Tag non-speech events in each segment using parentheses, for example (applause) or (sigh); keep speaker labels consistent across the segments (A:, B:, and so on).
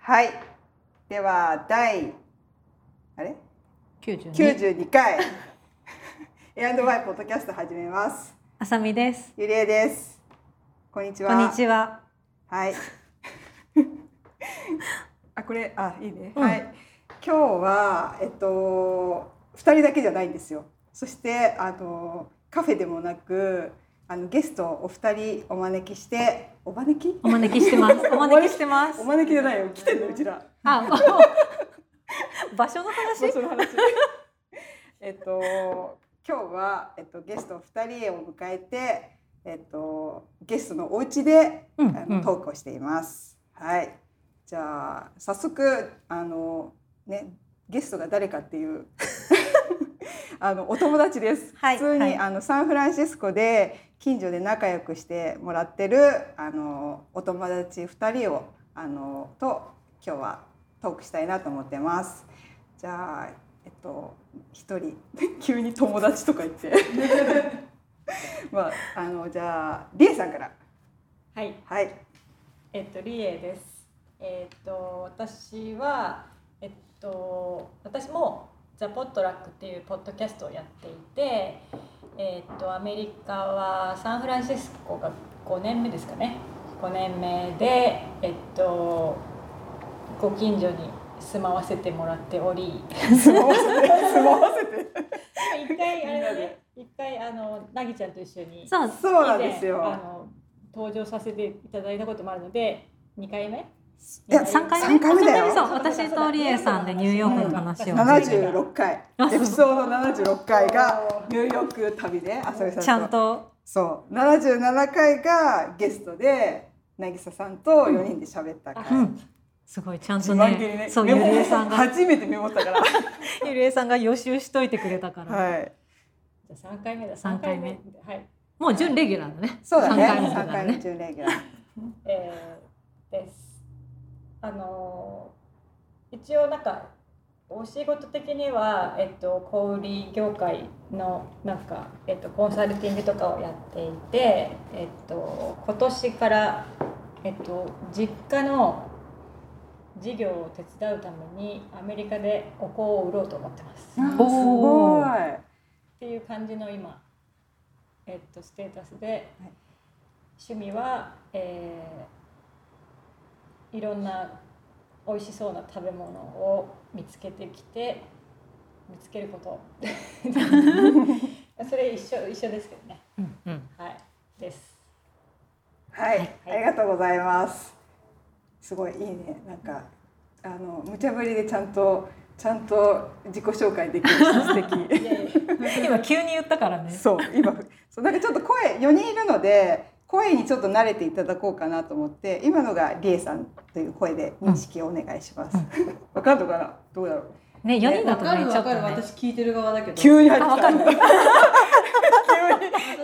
A: はい。では第あれ
B: 92
A: 92回エアンドワイポッドキャスト始めます。
B: あさみです
A: ゆりえです。こんにちは。
B: こんにちは
A: はい。 (laughs) あこれあいいね、
B: うん
A: はい。今日はえっと二人だけじゃないんですよ。そしてあのカフェでもなくあのゲストをお二人お招きしてお招き
B: お招きしてます (laughs) お招きしてます
A: お招きじゃないよ来てんのうちら。
B: あ (laughs) 場所の話
A: その話 (laughs) えっと今日は、えっと、ゲスト2人を迎えて、えっと、ゲストのお家で、
B: うん
A: あ
B: う
A: の
B: ん
A: トークをしています。はい、じゃあ早速あの、ね、ゲストが誰かっていう (laughs) あのお友達です。
B: はい
A: 普通に、
B: はい
A: あのサンフランシスコで近所で仲良くしてもらってるあのお友達2人をあのと今日はトークしたいなと思ってます。じゃあえっと一人 (laughs) 急に友達とか言って、まああのじゃあリエさんから
C: はい、
A: はい
C: えっとリエです。えっと私はえっと私もザポットラックっていうポッドキャストをやっていて、えっとアメリカはサンフランシスコが5年目ですかね。5年目でえっとご近所に住まわせてもらっており、
A: 住まわせて住まわせて
C: 一回あれだね、一回あのなぎちゃんと一緒に。
B: そう
A: そうなんですよ
C: 以前あの登場させていただいたこともあるので2回目
A: いや
B: 三回目
A: 三回目だよ
B: あそう私とリエさんでニューヨークの話を
A: 76回
B: あ
A: エピソード76回がニューヨーク旅で浅見さん
B: ちゃんと
A: そう77回がゲストで渚さんと4人で喋った回、
B: う
C: うん
B: すごいちゃんと
A: 自慢げ
B: ね
A: にね
B: そう
A: メ
B: ゆ
A: モ
B: りえさ (laughs) んが
A: 初めてメモったから
B: ゆりえさんが予習しといてくれたから、
A: はい
C: じゃあ3回目だ
B: 三回目
C: 三はい、
B: もう準レギュラーだね
A: そうだね
B: 三回目
A: 3
B: だから
A: 回の
B: ね
A: 準レギュラー
C: えー、ですあのー一応なんかお仕事的には、えっと、小売業界のなんか、えっと、コンサルティングとかをやっていて、えっと、今年から、えっと、実家の事業を手伝うためにアメリカでお香を売ろうと思ってます。
A: あーす
B: おー
A: ごい
C: っていう感じの今、えっと、ステータスで、
A: はい
C: 趣味は、えーいろんな美味しそうな食べ物を見つけてきて見つけること
D: (laughs)
C: それ一緒一緒ですけどね
B: うんうん
C: はいです
A: はい、
B: はい
A: ありがとうございます。すごいいいね、なんか、あの無茶ぶりでちゃんと、ちゃんと自己紹介できるし素
C: い
A: 敵。
C: やいや
B: 今急に言ったからね
A: そう、今、そう、なんかちょっと声、四人いるので。声にちょっと慣れていただこうかなと思って今のがリエさんという声で認識をお願いします。わかるのかなどうだろう
B: ね四人だ
D: わ
B: と
D: か
B: ね
D: る
B: ちょ
D: わ
B: っと
D: かる、
B: ね
D: 私聞いてる側だけど
A: (laughs) 急に入って
B: あ
A: き
B: わか
A: た
B: る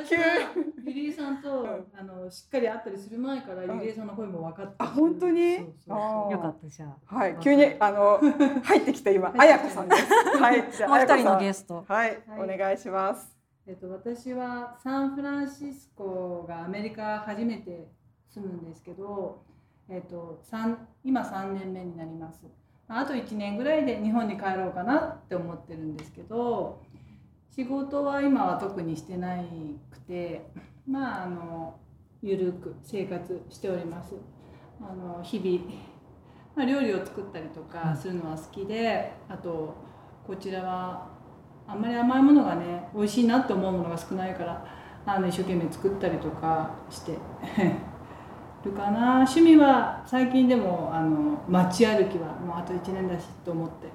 D: 私はゆりえさんと、あのしっかり会ったりする前から
A: ん
D: ゆりえさんの声も分かって
A: あ本当に
D: そうそう
A: あ
D: そ
A: ー
B: よかったじゃあ
A: はい急にあの入ってきた今あやこさんです。はいじゃあ
B: もう
A: あ
B: 一
A: やこ
B: 人
A: さ
B: の
A: ん
B: ゲスト。
A: はいお
D: はい
A: 願いします。
D: うえっと私はサンフランシスコがアメリカ初めて住むんですけどえっと三今3年目になりますあと1年ぐらいで日本に帰ろうかなって思ってるんですけど仕事は今は特にしてないくてまああのゆるく生活しておりますあの日々、まあ、料理を作ったりとかするのは好きで、あとこちらはあんまり甘いものがね美味しいなって思うものが少ないからあの一生懸命作ったりとかして (laughs) るかな趣味は最近でもあの街歩きはもうあと1年だしと思って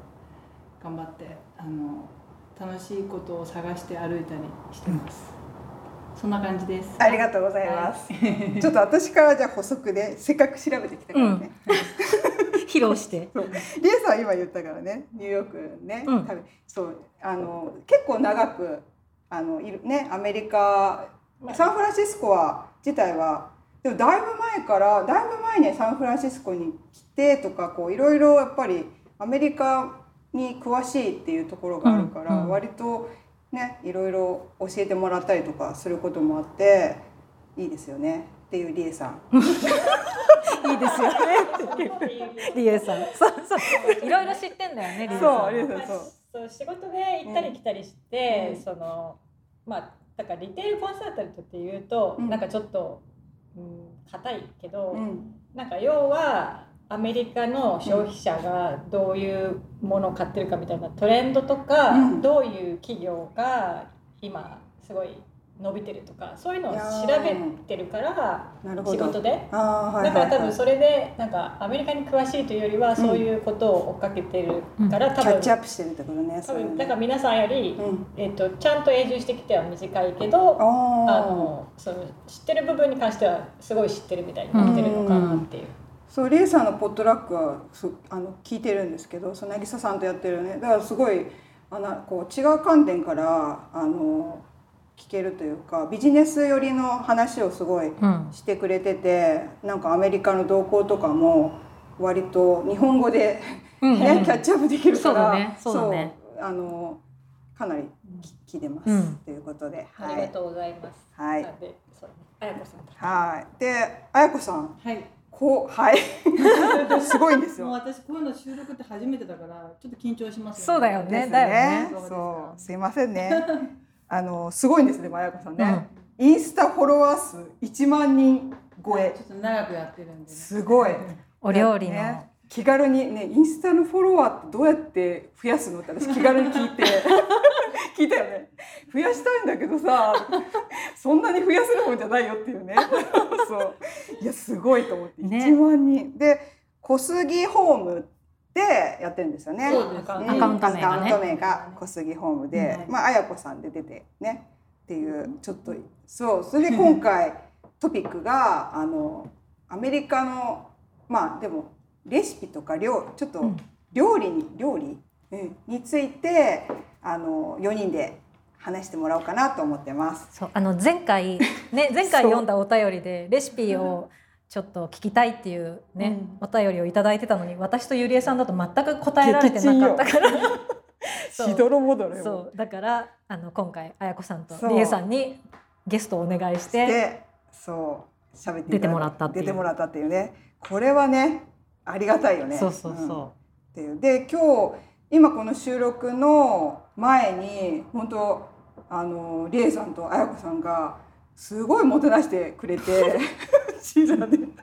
D: 頑張ってあの楽しいことを探して歩いたりしてます。そんな感じです。
A: ありがとうございます。ちょっと私からじゃあ補足でせっかく調べてきたからね。
B: 披露して。
A: そうリエさんは今言ったからね、ニューヨークね、
B: うん
A: 旅そうあの結構長くあのいるねアメリカ
C: まあ
A: サンフランシスコは自体はでもだいぶ前からだいぶ前にサンフランシスコに来てとかこういろいろやっぱりアメリカに詳しいっていうところがあるから、
B: うんうん
A: 割とねいろいろ教えてもらったりとかすることもあっていいですよねっていうリエさん
B: いいですよね。
D: (laughs)
B: リエさん。そうそう。いろいろ知ってんだよね。リエ
A: そ
B: さ。
A: うんリエさん
C: まあそう仕事で行ったり来たりして、
A: うん
C: そのまあだからリテールコンサルタントっていうと、
A: うん
C: なんかちょっとうん硬いけど、
A: うん
C: なんか要はアメリカの消費者がどういうものを買ってるかみたいなトレンドとか、
A: うん
C: どういう企業が今すごい伸びてるとかそういうのを調べてるから
A: なるほ
C: 仕
A: ど
C: 事で。
A: ああはい
C: だ
A: は
C: か
A: い、
C: ら多
A: はい
C: 分、それでなんかアメリカに詳しいというよりはそういうことを追っかけてるから多
A: キャッ
C: 分
A: チアップしてるってことね
C: 多
A: そういうの
C: 分だ
A: ね
C: から皆さんより、
A: うん
C: えっとちゃんと永住してきては短いけどあ
A: ああ
C: のその知ってる部分に関してはすごい知ってるみたいになってるのかなっていう。
A: そうリエさんのポットラックはそあの聞いてるんですけどそう渚さんとやってるねだからすごいあのこう違う観点からあの聞けるというかビジネス寄りの話をすごい
B: うん。
A: してくれててなんかアメリカの動向とかも割と日本語で、
B: うん。
A: ねキャッチアップできるから
B: そうだねそうだね
A: そうあのかなりき聞いてます、
B: うん
A: ということで
C: あ
A: は
C: りが
A: い
C: とうございます。
A: はい
C: なんで、そう、あやこさんだ。
A: はいで綾子さん
D: はい
A: こうはい (laughs) すごいんです
D: もう
A: よ。
D: 私こういうの収録って初めてだからちょっと緊張します
B: そうだよね
A: です
B: だよね
A: そうすいませんね。あのすごいんですね、まやこさんね、
B: う
A: インスタフォロワー数1万人超え
D: ち。ょっと長くやってるんで、ね、
A: すごい。
B: お料理の
A: ね。気軽にね、インスタのフォロワーってどうやって増やすのって私気軽に聞い
B: (laughs)
A: て聞いたよね。増やしたいんだけどさ、そんなに増やせるもんじゃないよって
B: (laughs)
A: いうね。そう。いやすごいと思って、
B: ね
A: 1万人で小杉ホームでやってるんですよね。
D: そうです
C: ね
A: うん
B: アカウント
A: ア
B: 名がね
A: カウント名が小杉ホームで、
D: はい
A: まあ綾子さんで出てねっていうちょっとそうそれで今回トピックがあのアメリカのまあでもレシピとか料ちょっと
B: うん
A: 料理に、料理、うん、についてあの4人で話してもらおうかなと思ってます。
B: そうあの前回ね前回読んだお便りでレシピをちょっと聞きたいっていうね、お便りをいただいてたのに私とゆりえさんだと全く答えられてなかったからそう
A: ろもどろよ
B: そうだからあの今回あやこさんと
A: そう
B: りえさんにゲストをお願いして
A: でそう喋ってい
B: 出
A: だ
B: てもらったっていう
A: 出てもらったっていうねこれはねありがたいよね。
B: そうそう
A: うん
B: そ
A: っていうで今日今この収録の前に本当あのリエさんと彩子さんがすごいもてなしてくれてシーザーで
B: 食べ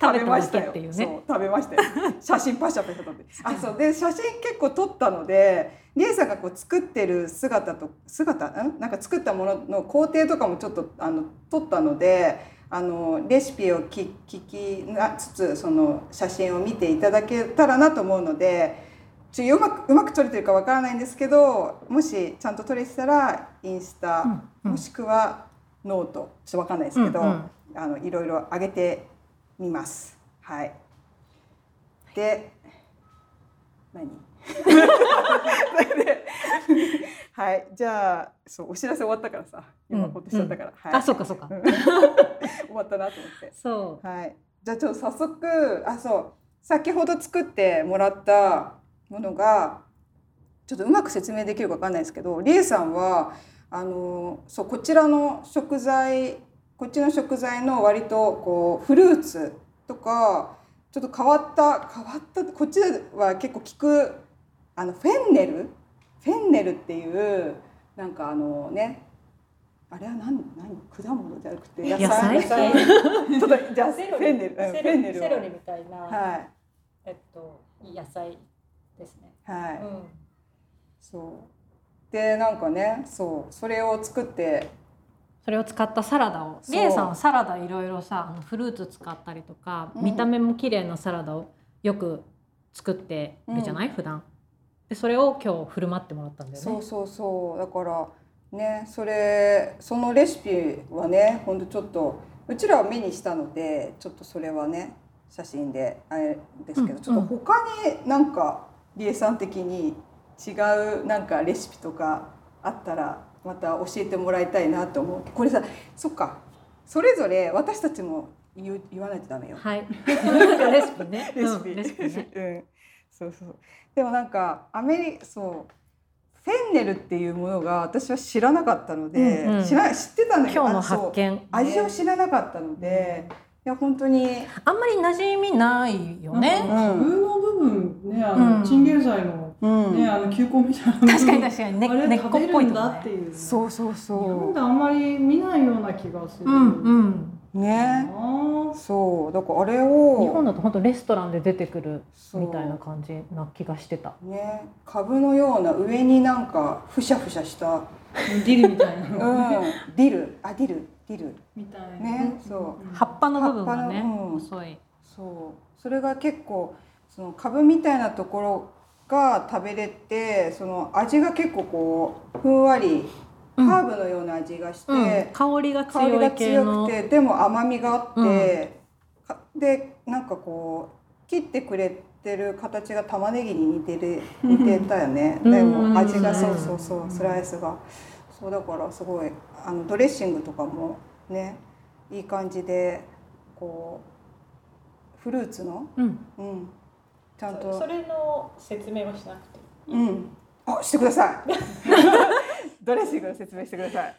B: ただけっていうね
A: そう食べましたよ写真パシャパシャ撮
B: (laughs)
A: ってあそうで写真結構撮ったのでリエさんがこう作ってる姿と姿んなんか作ったものの工程とかもちょっとあの撮ったのであのレシピをき聞きなつつその写真を見ていただけたらなと思うので。ちょうまくうまく撮れてるかわからないんですけどもしちゃんと撮れてたらインスタ、
B: うんうん
A: もしくはノートちょっとわかんないですけど、
B: うんうん
A: あのいろいろ上げてみます。はい。で、何？ (laughs) はい。じゃあ、そうお知らせ終わったからさ、今ほっとしちゃったから、
B: う、
A: はい。
B: あそうかそうか
A: うん終わったなと思って。
B: そう
A: はい。じゃあちょっと早速、あそう先ほど作ってもらったものがちょっとうまく説明できるかわかんないですけど、りえさんはあのそうこちらの食材こっちの食材の割とこうフルーツとかちょっと変わった変わったこっちは結構聞くあのフェンネルフェンネルっていうなんかあのねあれは何何果物じゃなくて野
B: 菜
A: 野菜ちょっとじゃあフ
C: セロリ
A: ェンネルうんフ
C: セ
A: ェンネル
C: ロ
A: を
C: セロリみたいな、
A: は
C: えっと野菜ですね。
A: いは
C: う
A: い、
C: ん。
A: そうでなんかねそうそれを作って
B: それを使ったサラダを
A: そう
B: りえさんはサラダいろいろさあのフルーツ使ったりとか、
A: うん
B: 見た目も綺麗なサラダをよく作ってるじゃない、普段でそれを今日振る舞ってもらったんだよね
A: そうそうそうだからねそれそのレシピはねほんとちょっとうちらは目にしたのでちょっとそれはね写真であれですけど、
B: うん
A: ちょっと他になんかりえさん的に違うなんかレシピとかあったらまた教えてもらいたいなと思うこれさそっかそれぞれ私たちも言う言わないとダメよ。
B: はい (laughs) レシピ
A: (laughs)
B: ね
A: レシピ、
B: うんレシピね
A: うん、そうそうでもなんかアメリそうフェンネルっていうものが私は知らなかったので、
B: うんうん
A: 知ら知ってたんだけど
B: 今日の
A: あそう
B: 発見
A: 味を知らなかったので、いや本当に
B: あんまり馴染みないよね。
D: なんか株の部分ね、あの、
B: うん
D: チンゲン菜の
A: うん
D: ね、あの球根みたいな部分。
B: 確かに確かにね
D: あれ
B: 根っこ
D: 食
B: っ
D: べ
B: ぽ
D: る
B: い
D: ん
B: と
D: だ
B: か
D: って
B: ね。
D: いう。
A: そうそう
D: 日本
A: そ
D: であんまり見ないような気がする。
B: うんうん。
A: うね
D: あ
A: そうだからあれ
B: 日
A: を
B: 本だと本当レストランで出てくるみたいな
A: そ
B: 感じな気がしてた。
A: うね株のような上になんかふしゃふしゃした、
D: ーディルみたいな
A: うん、
D: の。
A: ディルあディルディル
D: みたいな。
A: ねそ
D: うん
B: 葉っぱの部分が
A: 葉
B: ね
A: っぱのうん
B: 細い。
A: そうそれが結構その株みたいなところが食べれてその味が結構こうふんわり
B: うん
A: ハーブのような味がして、
B: うん、香りが
A: 香り
B: 強
A: が
B: い系
A: 強
B: の
A: くてでも甘みがあって、かでなんかこう切ってくれてる形が玉ねぎに似てる似てたよね
B: うん
A: でも味が
B: うん
A: そうそうそうスライスがそうだからすごいあのドレッシングとかもねいい感じでこうフルーツの、
B: うん、
A: うん、ちゃん
C: そ
A: と
C: それの説明はしなくて
A: うんあしてくださいドレッシングの説明してください。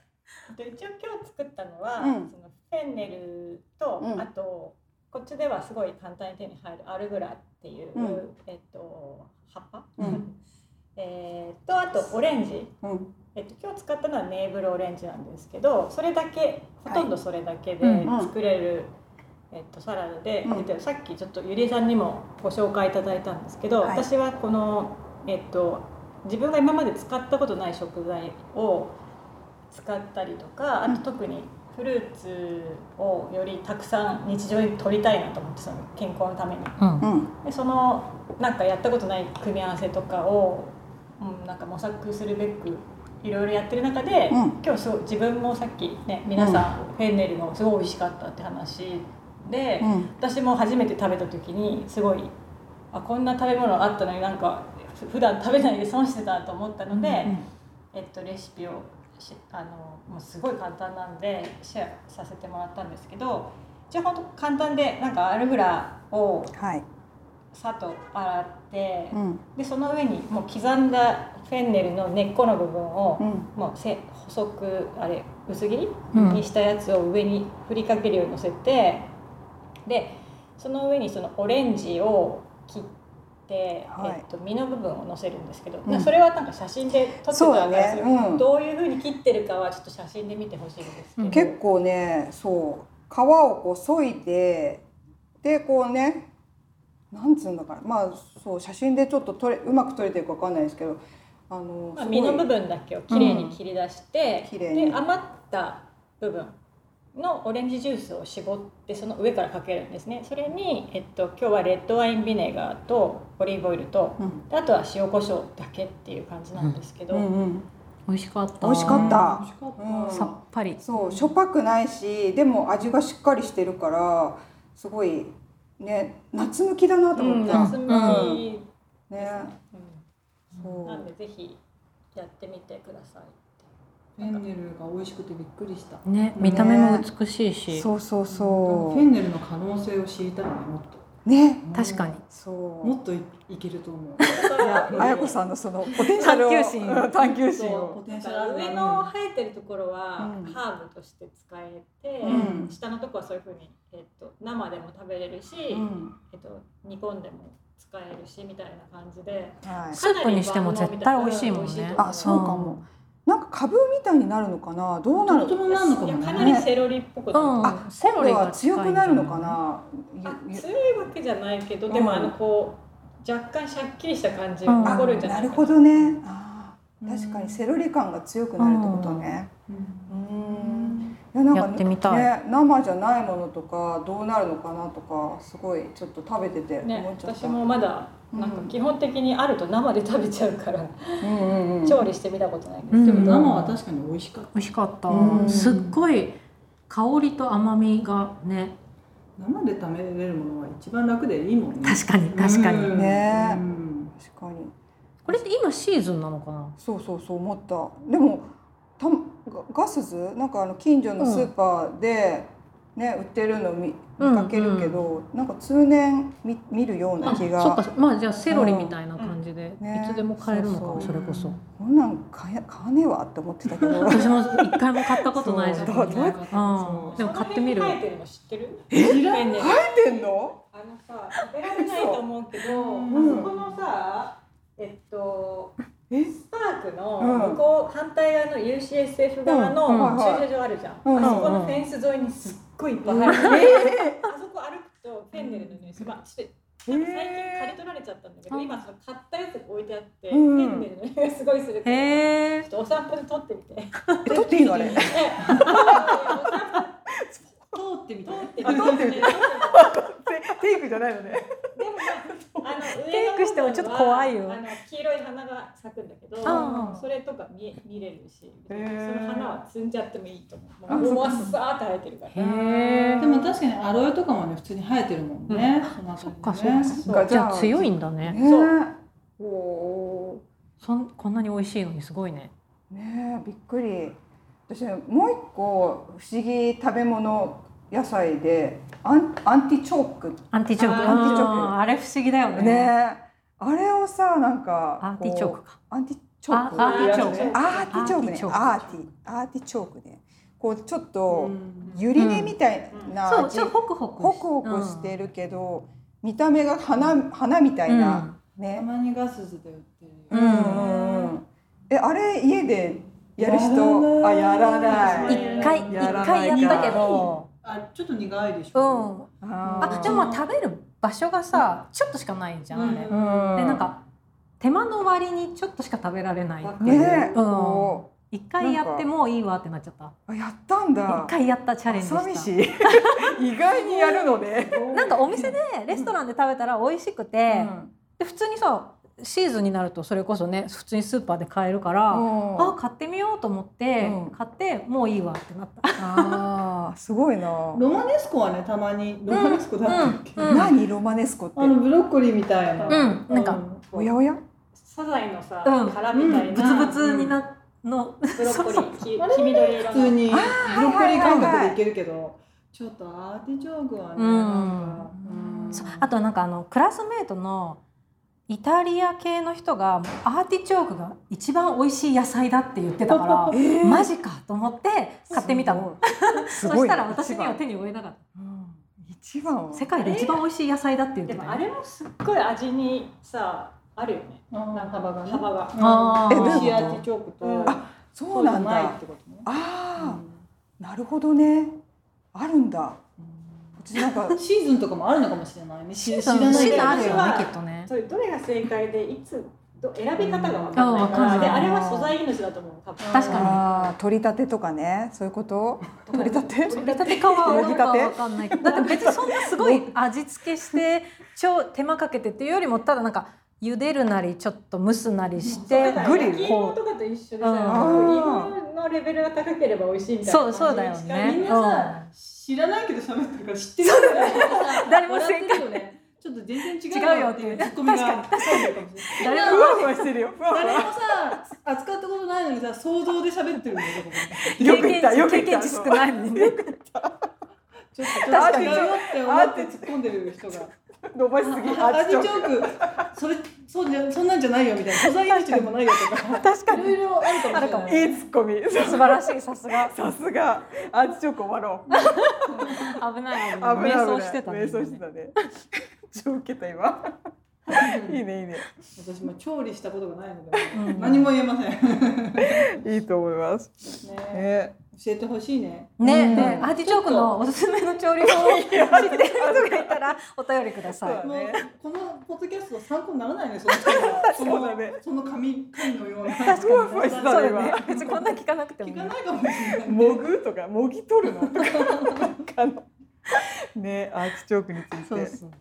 C: で一応今日作ったのは、
A: うん
C: そのフェンネルと、
A: うん
C: あとこっちではすごい簡単に手に入るアルグラっていう、
A: うん
C: えっと、葉っぱ、
A: うん
C: (laughs) えーとあとオレンジ、
A: うん
C: えっと、今日使ったのはネーブルオレンジなんですけどそれだけほとんどそれだけ
B: はい
C: で
A: うん
C: 作れる、えっと、サラダで、
A: うん
C: えっと、さっきちょっとゆりえさんにもご紹介いただいたんですけど、
A: はい
C: 私はこの、えっと、自分が今まで使ったことない食材を使ったりとかあ
A: うん
C: と特にフルーツをよりたくさん日常に取りたいなと思ってその健康のために。
B: うん
A: う、ん
C: でそのなんかやったことない組み合わせとかを、うん、なんか模索するべくいろいろやってる中で、
A: うん
C: 今日すごい自分もさっきね皆さん、フェンネルのすごい美味しかったって話で、
A: うん
C: 私も初めて食べた時にすごいあこんな食べ物あったのになんかふ普段食べないで損してたと思ったので、えっと、レシピをしあのもうすごい簡単なんでシェアさせてもらったんですけど一応本当簡単でなんかアルフラを
A: はい、
C: さっと洗って、
A: うん
C: でその上にもう刻んだフェンネルの根っこの部分を、
A: うん
C: もうせ細くあれ薄切り
B: うん
C: にしたやつを上に振りかけるように乗せてでその上にそのオレンジを切って、
A: はい
C: えっと、実の部分を乗せるんですけど、
A: うん
C: それはなんか写真で撮ってた
A: そうだ
C: んで
A: ね
C: すよ、
A: うん
C: どういうふうに切ってるかはちょっと写真で見てほしいんですけど、
B: うん
A: 結構ねそう皮をこう削いででこうねなんつうんだからまあそう写真でちょっと撮れうまく撮れてるかわかんないですけどあの、
C: まあ、
A: すごい
C: 身の部分だけをきれいに切り出して、
A: うん綺麗に
C: で余った部分のオレンジジュースを絞ってその上からかけるんですねそれに、えっと、今日はレッドワインビネガーとオリーブオイルと
A: うん
C: あとは塩コショウだけっていう感じなんですけど、
A: うんうん、
B: 美味しかった。
A: 美味しかった
D: 美味しかった。
A: うん
B: さっぱり。
A: そうしょっぱくないしでも味がしっかりしてるからすごいね夏向きだなと
C: う
A: 思
C: ん
A: った、
C: 夏向きで
A: ね
C: すね、うん
A: そ
C: なん
A: う
C: でぜひやってみてください
D: フェンネルが美味しくてびっくりした。
B: ね、見た目も美しいし。
A: そうそう
D: フ
A: そ
D: ェンネルの可能性を知りたいねもっと。
A: うね
B: 確かに。
A: そう
D: もっといいけると思う。
A: いや彩子さんのそのポテンシャルを
B: 探求心
A: うん探求
C: そ
A: 心
C: う
A: を
D: ポテンシャ
C: だか
D: ルある
C: ら
D: な
C: 上の生えてるところは
A: うん
C: ハーブとして使えて、
A: うん
C: 下のところはそういうふうに、えっと、生でも食べれるし、
A: うん
C: えっと、煮込んでも使えるしみたいな感じで
A: はい
B: スープにしても絶対美味しいもんね
C: かなり万能みたいな
A: あそうかも。なんか株みたいになるのかなどうな
D: と
A: る
D: てもなるのか
C: いや
D: も
C: か
D: ね。
C: なりセロリっぽくなる
B: うん
A: あ今度は強くなるのかな
C: あ
A: ゆゆ
C: 強いわけじゃないけど、でもあのこう若干シャッキリした感じが
B: うん
C: 残るんじゃな
A: ないる
C: か
A: ほどねあ
D: う
A: ー
D: ん
A: 確かにセロリ感が強くなるってことねう
D: うんん
A: いやなんか
B: やってみたい
A: ね生じゃないものとかどうなるのかなとかすごいちょっと食べてて思
C: ね
A: っ、ちゃっ
C: 私
A: た
C: もまだなんか基本的にあると生で食べちゃうから、
A: うんうんうん
C: 調理してみたことないんですけど、
B: うん
D: でも生は確かに美味しかった。
B: 美味しかった
A: う。ん
B: すっごい香りと甘みがね。
D: 生で食べれるものは一番楽でいいもんね。
B: 確かに確か
D: う
B: に。
D: ん
A: ね
D: うん
A: 確かに
B: これって今シーズンなのかな。
A: そうそうそう思ったでもたガガスズなんかあの近所のスーパーで、ね売ってるの見見かけるけど、なんか通年見見るような気が
B: あそっかそまあじゃあセロリみたいな感じで、
A: うんね
B: いつでも買えるのか
A: そう
B: そ
A: そう
B: れこそ、
A: こんなん買え買わねえわって思ってたけ
B: (laughs)
A: ど
B: 私も一回も買ったことない
A: そう
B: 自
A: どう
B: 分で、
A: どう
B: う
A: や
B: ん
A: っ、
B: でも買ってみる
C: その辺に生えてるの知ってる？
D: 知ら
C: ペン
A: (laughs)
C: ネ
A: 生えてんの
C: あのさ食べられないと思うけど、
D: うん
C: あそこのさえっと
A: え
C: スパークの向こう、反対側の UCSF 側の
B: うん
A: うん
C: 駐車場あるじゃん、
A: うん
C: あそこのフェンス沿いにすっごいいっぱいある、あそこ歩くとフェンネルの匂いすまあちょっと
A: え
C: 最近刈り取られちゃったんだけど、
B: うん
C: 今その買ったやつが置いてあって、
A: うん
C: フェンネルの匂いがすごいするから、
B: へ
C: ち
B: え
C: ょっとお散歩で撮ってみて。
A: え取っていいのあれ
C: えお散
D: 通ってみたい
C: 歩撮ってみて撮ってみて。
A: テイクじゃないのね
C: でもまあ、あの上の
B: テイクしてもちょっと怖いよ
C: 部分はあの黄色い花が咲くんだけ
B: あ
C: ど
B: あ、
C: それとか見見れるし、そ
A: へ
C: の
A: え
C: 花は摘んじゃってもいいと思う。
A: あ
C: もう思わずさーって生えてるから。
B: へえ
D: でも確かにアロエとかもね普通に生えてるもんね、そ
B: そ
D: の
B: っか
D: 辺
B: そ
D: りね
A: そっ
B: っ
A: か
B: か
A: じ
B: じ
A: ゃ
B: ゃ
A: あ
B: あ強いんだね
A: ね
C: おお
B: そんこんなに美味しいのにすごいね
A: ねえびっくり私ねもう一個不思議食べ物野菜でアンアンティチョーク
B: アンティチョーク
C: あー
A: アンティチョーク
B: あーあれ不思議だよね
A: ねえあれをさなんか
B: アンティチョーク
A: こ
B: か
A: うアンティチョーク
B: あアン
C: ティチョーク
A: ねアーティチョークねア
B: ア
A: ー
B: ー
A: ティアーティチョークねこうちょっと
D: うん
A: ゆり根みたい
B: そ
A: な
B: う
A: 味
B: ちょっとホクホク
A: ホクホクしてるけど見た目が花花みたいな
D: た
A: ね
D: まにガスズで売ってる
B: う
A: うんんうんうんえあれ家でやる人あやらな
B: 一
A: い
B: 回一
A: やらない
B: 回やったけど
D: あちょっと苦いでし
B: う
D: ょ、
B: ん
A: あ
B: あでもまあ食べる場所がさちょっとしかないじゃんあれ、
D: うん
A: う
B: でなんか手間の割にちょっとしか食べられない
A: ね
B: うん
A: こ
B: 一回やってもういいわってなっちゃった
A: うあやったんだ
B: 一回やったチャレンジした
A: 寂しい (laughs) 意外にやるのね
B: なんかお店でレストランで食べたら美味しくて、で普通にさシーズンになるとそれこそね普通にスーパーで買えるから、あ
A: あ
B: 買ってみようと思って、
A: うん
B: 買ってもういいわってなった。
A: あーすごいな
D: ロマネスコはねたまにロマネスコだったっけ、
B: うんうん
A: 何ロマネスコって
D: あのブロッコリーみたいな、
B: うんなんか
A: おやおや
C: サザエのさ、
B: うん
C: 殻みたい
B: ブ
C: な、
B: ツブツになの、
C: ブロッコリー、き
D: あれ
C: 黄緑色
D: 普通
C: の。
D: にブロ
A: いはいはいはい
D: ッコリー感覚でいけるけどちょっとアーティチョークはね、
B: うん
D: なんか
A: うん
B: そうあとなんかあのクラスメートのイタリア系の人がアーティチョークが一番美味しい野菜だって言ってたから (laughs)
A: えー
B: マジかと思って買ってみたの。
A: す
B: そ
A: ご
B: し
A: い
B: た
A: な
B: ら私には手に負えなかった。
A: 一番
B: 世界で一番美味しい野菜だって言っ
C: で
B: てた
C: も
B: よ。
C: あれもすっごい味にさ、あるよね。なんか
D: 幅がね
C: 幅が。
B: あー
D: うん
A: え
D: 美
A: どう
D: 味し
A: いうこと
D: いアーティチョークと、
C: うん
A: あそうなん
D: そうじゃないっ
A: だ
D: てことね
A: ああなるほどねあるんだ私なんか
D: うんシーズンとかもあるのかもしれないねし知
B: そ
D: ら
B: う
D: ない
B: シ
D: けど
B: ーズンあるよ
C: 私は
B: ねきっとね。
C: それどれが正解でいつど選び方が分かんないか
B: うんあわかんな
C: ら
B: い
C: であれは素材命だと思う多分
B: 確かに
A: あー取り立てとかねそういうこと取り立て
B: 取り立てかはどうかは
A: 取り
B: わかんないけどだって別にそんなすごい味付けして超手間かけてっていうよりもただなんか茹でるなりちょっと蒸すなりして
A: グリル
C: 焼き芋とかと一緒でさ、
B: うん
C: 芋のレベルが高ければ美味しいみたいな
B: そうそうだよね
D: みんなさ、知らないけど喋ってるから知ってるから
B: 誰も正解
D: (laughs) 笑ってるよねちょっと全然違うよっていうツッコミが
B: 違うよっ
D: 確かに
B: 誰
A: ふわふわしてるよふわふ
D: 誰も
A: わ
D: さ扱ったことないのにさ想像で喋ってるんだよここ
A: よく言ったよ
B: 経
A: く言
B: 験
A: っ
B: 値
A: た
B: 経験値少ないのにね
D: ちょっと
A: 確かに
D: 違うよって思って突っ込んでる人が
A: 伸ばしすぎ
D: あアーティチョークそれそうじゃそんなんじゃないよみたいな素材命でもないよとか
A: 確か
D: い
A: に
D: ろいろあるかもしれない
A: いいツッコミ
B: 素晴らしいさすが
A: さすがアーティチョーク終わろう
B: 危ない危ない
A: 危ない
B: 瞑
A: 危
B: 想
A: ない
B: してたね
A: 瞑想してたね超ウケた今いいねいいね
D: 私も調理したことがないので
B: うん
D: 何も言えません
A: いいと思います
D: ね
A: ね
D: 教えてほしいね
B: ね
A: うん
B: ねアーティチョークのおすすめの調理法を知ってる人がいたらお便りくださ
A: そう
B: い
D: もう
A: ね
D: このポッドキャスト参考にならないねその人がそ
A: そうだね
D: のその紙紙のような
B: 確
A: ふわふわ
B: かに
A: して
B: そう
A: たね
B: だ
A: 今
B: ね別にこんな聞かなくても
D: 聞
B: ね
D: かないかもしれない
A: もぐとかもぎ取るのとかなんかあのねアーティチョークについて
B: そうそう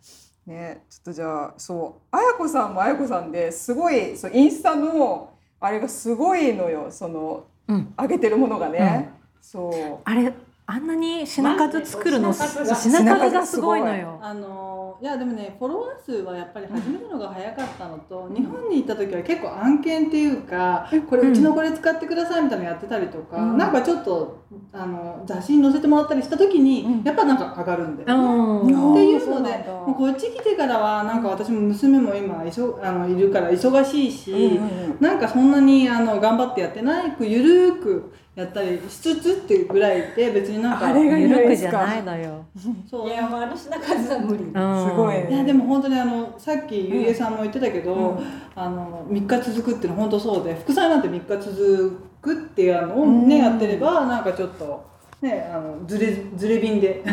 A: ねちょっとじゃあそう綾子さんも綾子さんですごいそうインスタのあれがすごいのよその
B: うん
A: 上げてるものがね、そう
B: あれあんなに品数作るの
C: マジでそう
B: 品数がすごいのよ
D: あののいやでもねフォロワー数はやっぱり始めたのが早かったのと、日本に行った時は結構案件っていうか、これうちのこれ使ってくださいみたいなのやってたりとか、
B: うん
D: なんかちょっとあの雑誌に載せてもらったりした時に、
B: うん
D: やっぱなんか上がるんだよね。
B: うん
A: うん
D: っていう
A: そう
D: ので
A: なんだ
D: もうこっち来てからはなんか私も娘も今いそあのいるから忙しいし、なんかそんなにあの頑張ってやってないくゆるーくやったりしつつっていうぐらいで別になんか
A: あれが
B: ゆるくじゃないのよ。
D: そう
C: いやもうあの品数は無理、
B: う
C: あ
B: ん
A: すごいね
D: いやでも本当にあのさっきゆりえさんも言ってたけど、
A: うん
D: あの3日続くっていうのは本当そうで副菜なんて3日続くっていうのをね、
A: うん
D: やってればなんかちょっとねあのずれずれ便で、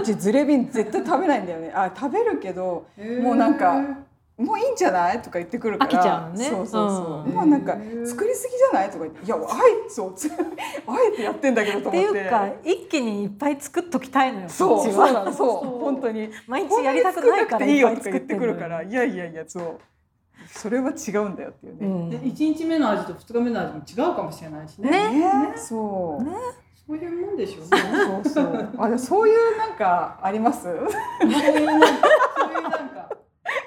A: うちズレ瓶絶対食べないんだよねあ食べるけどもうなんかもういいんじゃないとか言ってくるから
B: 飽きちゃうのね
A: そうそうそう、
B: うん
A: もうなんか
D: うん
A: 作りすぎじゃないとか言っていやあえてそう (laughs) あえてやってんだけどと思
B: って
A: って
B: いうか一気にいっぱい作っときたいのよ。
A: そう
B: こ
A: そ
B: っ
A: う
B: ちは
A: なの (laughs) そう
D: そう
A: 本当に
B: 毎
A: こ
B: 日
A: ん
B: や
A: なに
B: りたく
A: 作
B: な
A: ら
B: い
A: な
B: か
A: く
B: ら
A: ていいよ
B: っ
A: と
B: ぱ
A: か
B: い
A: 言
B: 作
A: って
B: ん
A: く
B: のよ
A: るからいやいやいやそうそれは違うんだよっていう
B: う
A: ね、
B: ん。
D: で
B: ね。
D: 1日目の味と2日目の味も違うかもしれないしね
A: ねそう、
B: ね
D: そういうもんでしょうね
A: そうそうあでもそういうなんかあり
B: (laughs)
A: ます
D: そういうなんかそういうなんか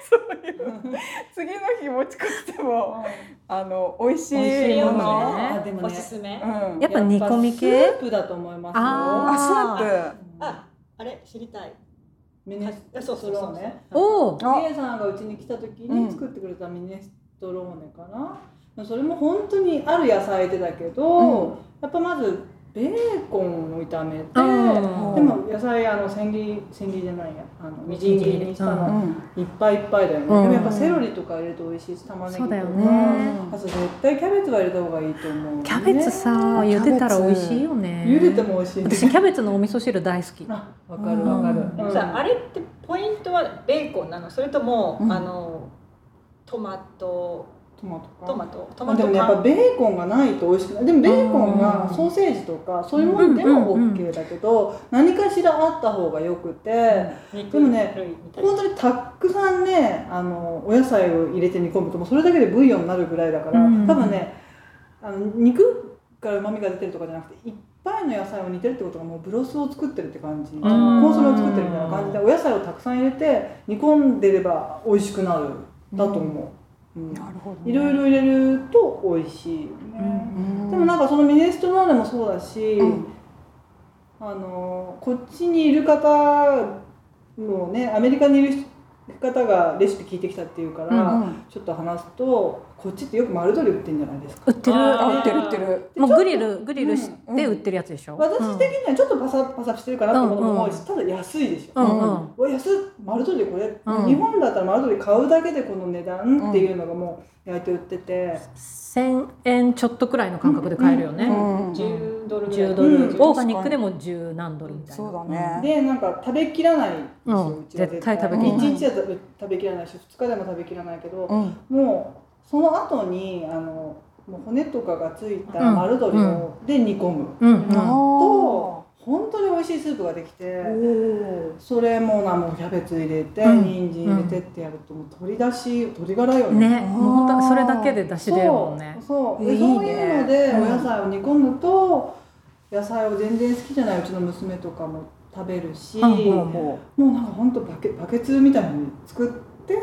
A: そういう次の日持ち越してもあの美味し
D: 美味し
A: い
D: い
A: も
D: も
A: の
D: のねあでもね
C: おすすめ、
A: うん
B: やっぱ煮込み系
D: スープだと思いますよ
B: あ
A: あスー
D: あ
C: ああれ知りたい
D: ミネス
C: あそうそうそ
D: ト
C: う
D: ローネ
B: おお。
A: プあ
D: リエさんがうちに来た時
A: うん
D: に作ってくれたミネストローネかな、それも本当にある野菜でだけど、
A: うん
D: やっぱまずベーコンを炒めて、
B: うん
D: でも野菜あの千切り千切りじゃないやあのみじん切りにした
A: う
D: の、
A: ん
D: いっぱいいっぱいだよね、
B: うん
D: でもやっぱセロリとか入れると美味しいし玉ねぎと
B: そう
D: か、
B: だよね。
D: あと絶対キャベツは入れた方がいいと思う、ね、
B: キャベツさ、茹でたら美味しいよね。
D: 茹でても美味しいね
B: 私キャベツのお味噌汁大好き。
D: あわかるわかる、
B: うん
C: でもさあれってポイントはベーコンなのそれとも、
A: うん
C: あのトマト
D: トマトか
C: トマトト
D: まあ
C: マ
D: で
C: ト
D: もやっぱ
C: 缶
D: ベーコンがないと美味しくないでもベーコンが
A: うん
D: ソーセージとかそういうものでも
B: うんうんうん
D: OK だけど何かしらあった方がよくて
C: 肉
D: でもね
C: 類みたいな
D: 本当にたくさんねあのお野菜を入れて煮込むともうそれだけでブイヨンになるぐらいだから
B: うん
D: 多分ねあの肉からうまみが出てるとかじゃなくていっぱいの野菜を煮てるってことがもうブロスを作ってるって感じコンソメを作ってるみたいな感じでお野菜をたくさん入れて煮込んでれば美味しくなるだと思う。うん
A: なるほどね
D: いろいろ入れると美味しいよ
A: う
D: ね、
A: ん
D: でもなんかそのミネストローネもそうだし、
A: うん
D: あのこっちにいる方もねアメリカにいる方がレシピ聞いてきたっていうから、
B: う
D: ちょっと話すとこっちってよく丸鶏売ってんじゃないですか
B: 売ってる。
A: あ売
C: あ
A: ってる売ってる
B: もうグリルグリルし
A: うん
B: て売ってるやつでしょ。
D: 私的にはちょっとパサパサしてるかなってことも多いし、ただ安いでしょ、
B: うんうん
D: わ安っ丸鶏これ、
B: うん
D: 日本だったら丸鶏買うだけでこの値段っていうのがもう焼いて売ってて、
B: 千円ちょっとくらいの感覚で買えるよね。
A: うん
C: 10ドルぐらい
B: 10ドル、
D: うん
B: オーガニックでも10何ドルみたいな
A: そうだね
D: でなんか食べきらないんですよ、
B: うん
D: うちは
B: 絶対
A: 食べきらない
D: 1日は食べ食べきらないし2日でも食べきらないけど、
A: うん
D: もうその後にあのもう骨とかがついた
B: うん
D: 丸鶏を、で煮込む
B: うん
C: うん
B: うん
D: と本当に美味しいスープができてそれもなもうキャベツ入れて
B: うん
D: 人参入れてってやるともう鶏だし鶏ガラよね。
B: ねもう本当それだけで出
D: そ
B: 汁
D: う
B: 出るもんね
D: そう
A: い
D: で
A: いね
D: そういうので
A: う
D: お
A: ん
D: 野菜を煮込むと、野菜を全然好きじゃないうちの娘とかも食べるし、
B: うんうん
D: もうなんかほんとバケバケツみたいなの作って、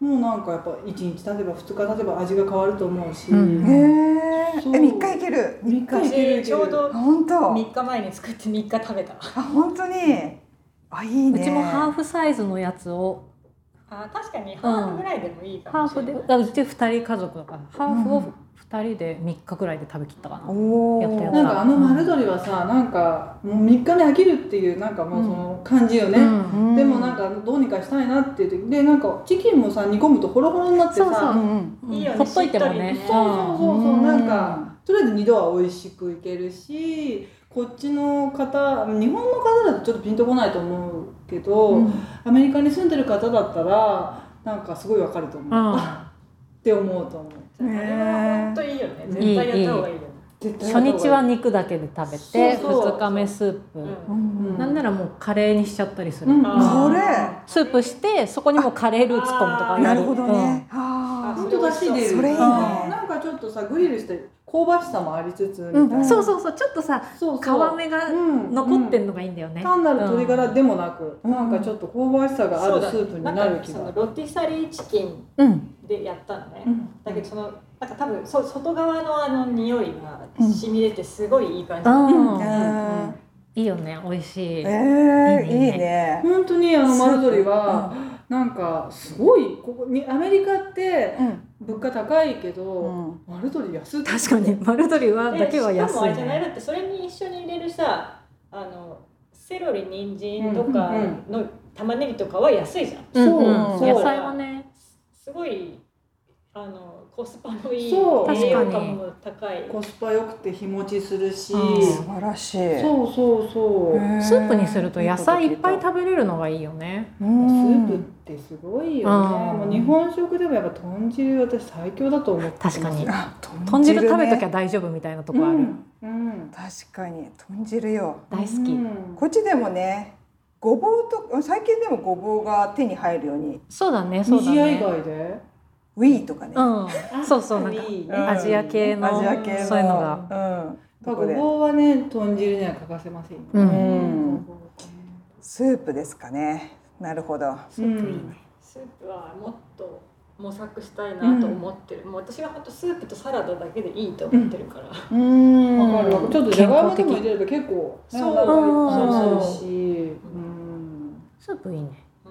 D: もうなんかやっぱ1日経てば2日経てば味が変わると思うし、
B: うん
A: へえ
D: そう
A: え三日いける
D: 三日いけるいける
C: ちょうど
A: あ本当
C: 3日前に作って3日食べた
A: あ本当にあいいね
B: うちもハーフサイズのやつを
C: あ確かにハーフぐらいでもいいか
B: ハ
C: も
B: ー
C: しれ
B: フ
C: な
B: で
C: い、
B: あうち2人家族だからハーフ
A: うん
B: を2人で3日くらいで食べきったかな、
A: おお
B: やったやった
D: なんかあの丸鶏はさなんかもう3日で飽きるっていうなんかもうその感じよね、
B: うん
D: でもなんかどうにかしたいなっていう時でなんかチキンもさ煮込むとホロホロになってさ
B: そうそう
A: うんうん
B: うん
C: いいよね
B: ほっといてもね
C: し
D: そ
C: っ
D: うそうそうそう、
A: うん
D: なんかとりあえず2度は美味しくいけるしこっちの方日本の方だとちょっとピンとこないと思うけど、アメリカに住んでる方だったらなんかすごいわかると思う、
B: うん
D: あって思うと思う
C: あれは本当いいよね
D: うん
C: 絶対やった方がいいよね
D: 絶対
B: 初日は肉だけで食べて
D: そうそう
B: 2日目スープ、
C: うん
A: うん
B: なんならもうカレーにしちゃったりする、
D: うん
A: これ
B: スープしてそこにもカレールーツ込むとか
A: なるほどね、
B: うん
A: あ
D: 本当だし出る
A: それいいね
D: なんかちょっとさグリルして香ばしさもありつつみた
B: う
D: いな、
B: ん、そうそうそうちょっとさ
D: そうそう
B: 皮目が
D: うん
B: 残って
D: うん
B: んのがいいんだよね、
D: 単なる鶏ガラでもなく、
A: うん
D: なんかちょっと香ばしさがあ
C: そう
D: る
C: だ
D: スープになる気
C: んか
D: が
C: そのロティサリーチキン
B: うん
C: でやったのね、
D: うん
C: だけどそのなんか多分そ外側のあの匂いが
A: うん
C: 染み出てすごいいい感じ、
B: うん
A: うん
B: いいよね美味しい、
A: えー、い
B: いいね
A: いね。
D: 本当にあの丸鶏はなんかすごいここにアメリカって
A: うん
D: 物価高いけど、
A: うん
D: 丸鶏安い
B: 確かに丸鶏は
C: で
B: だけは
C: しかも
B: 安
C: あ
B: い、
C: れじゃないだ
B: ね、
C: ってそれに一緒に入れるさあのセロリ人参とかの玉ねぎとかは安いじゃん、
B: うん
D: そう
B: うん
A: そう
B: 野菜はね
C: すごいあのコスパのいい
D: そう
C: 栄養
B: 確か
C: 価
B: に
C: も高い
D: コスパ良くて日持ちするし、
B: うん
A: 素晴らしい。
D: そうそうそう、
A: へ
B: スープにすると野菜いっぱい
A: べ
B: 食べれるのがいいよね。
D: ス
A: ス
D: ープっ
A: ー
D: てすごいよね、
B: うん
D: もう日本食でもやっぱ豚汁私最強だと思ってます
B: 確かに
A: あ
B: 豚汁食べとき
A: ね
B: ゃ大丈夫みたいなと
D: う
B: こある。
D: ん、うん、
A: 確かに豚汁よ。
B: 大好き。
D: うん
A: こっちでもね、ごぼうと最近でもごぼうが手に入るように、
B: そうだね、そうだ
D: 二次以
B: ね。
D: 外で
A: ウィーとかね。
B: うん、そうそうなんか
D: いいね
A: うん
B: アジア系の
A: アジア系の
B: そういうのが。
A: うん。
D: や
A: と
D: っぱ
A: こ
D: ご
A: で
D: ぼうはね豚汁には欠かせませんよね、
B: うん
A: うんスープですかね。なるほど。
D: スープいいね
C: スープはもっと模索したいなと思ってる、もう私は本当スープとサラダだけでいいと思ってるから、
A: うん
D: わかるわかるちょっとじゃがいもでも
B: 健康的
D: 入れれば結構ね
C: そう
D: お腹い
B: う
D: っ
B: ん
D: ぱいするし、うん、
B: スープいいね。
C: う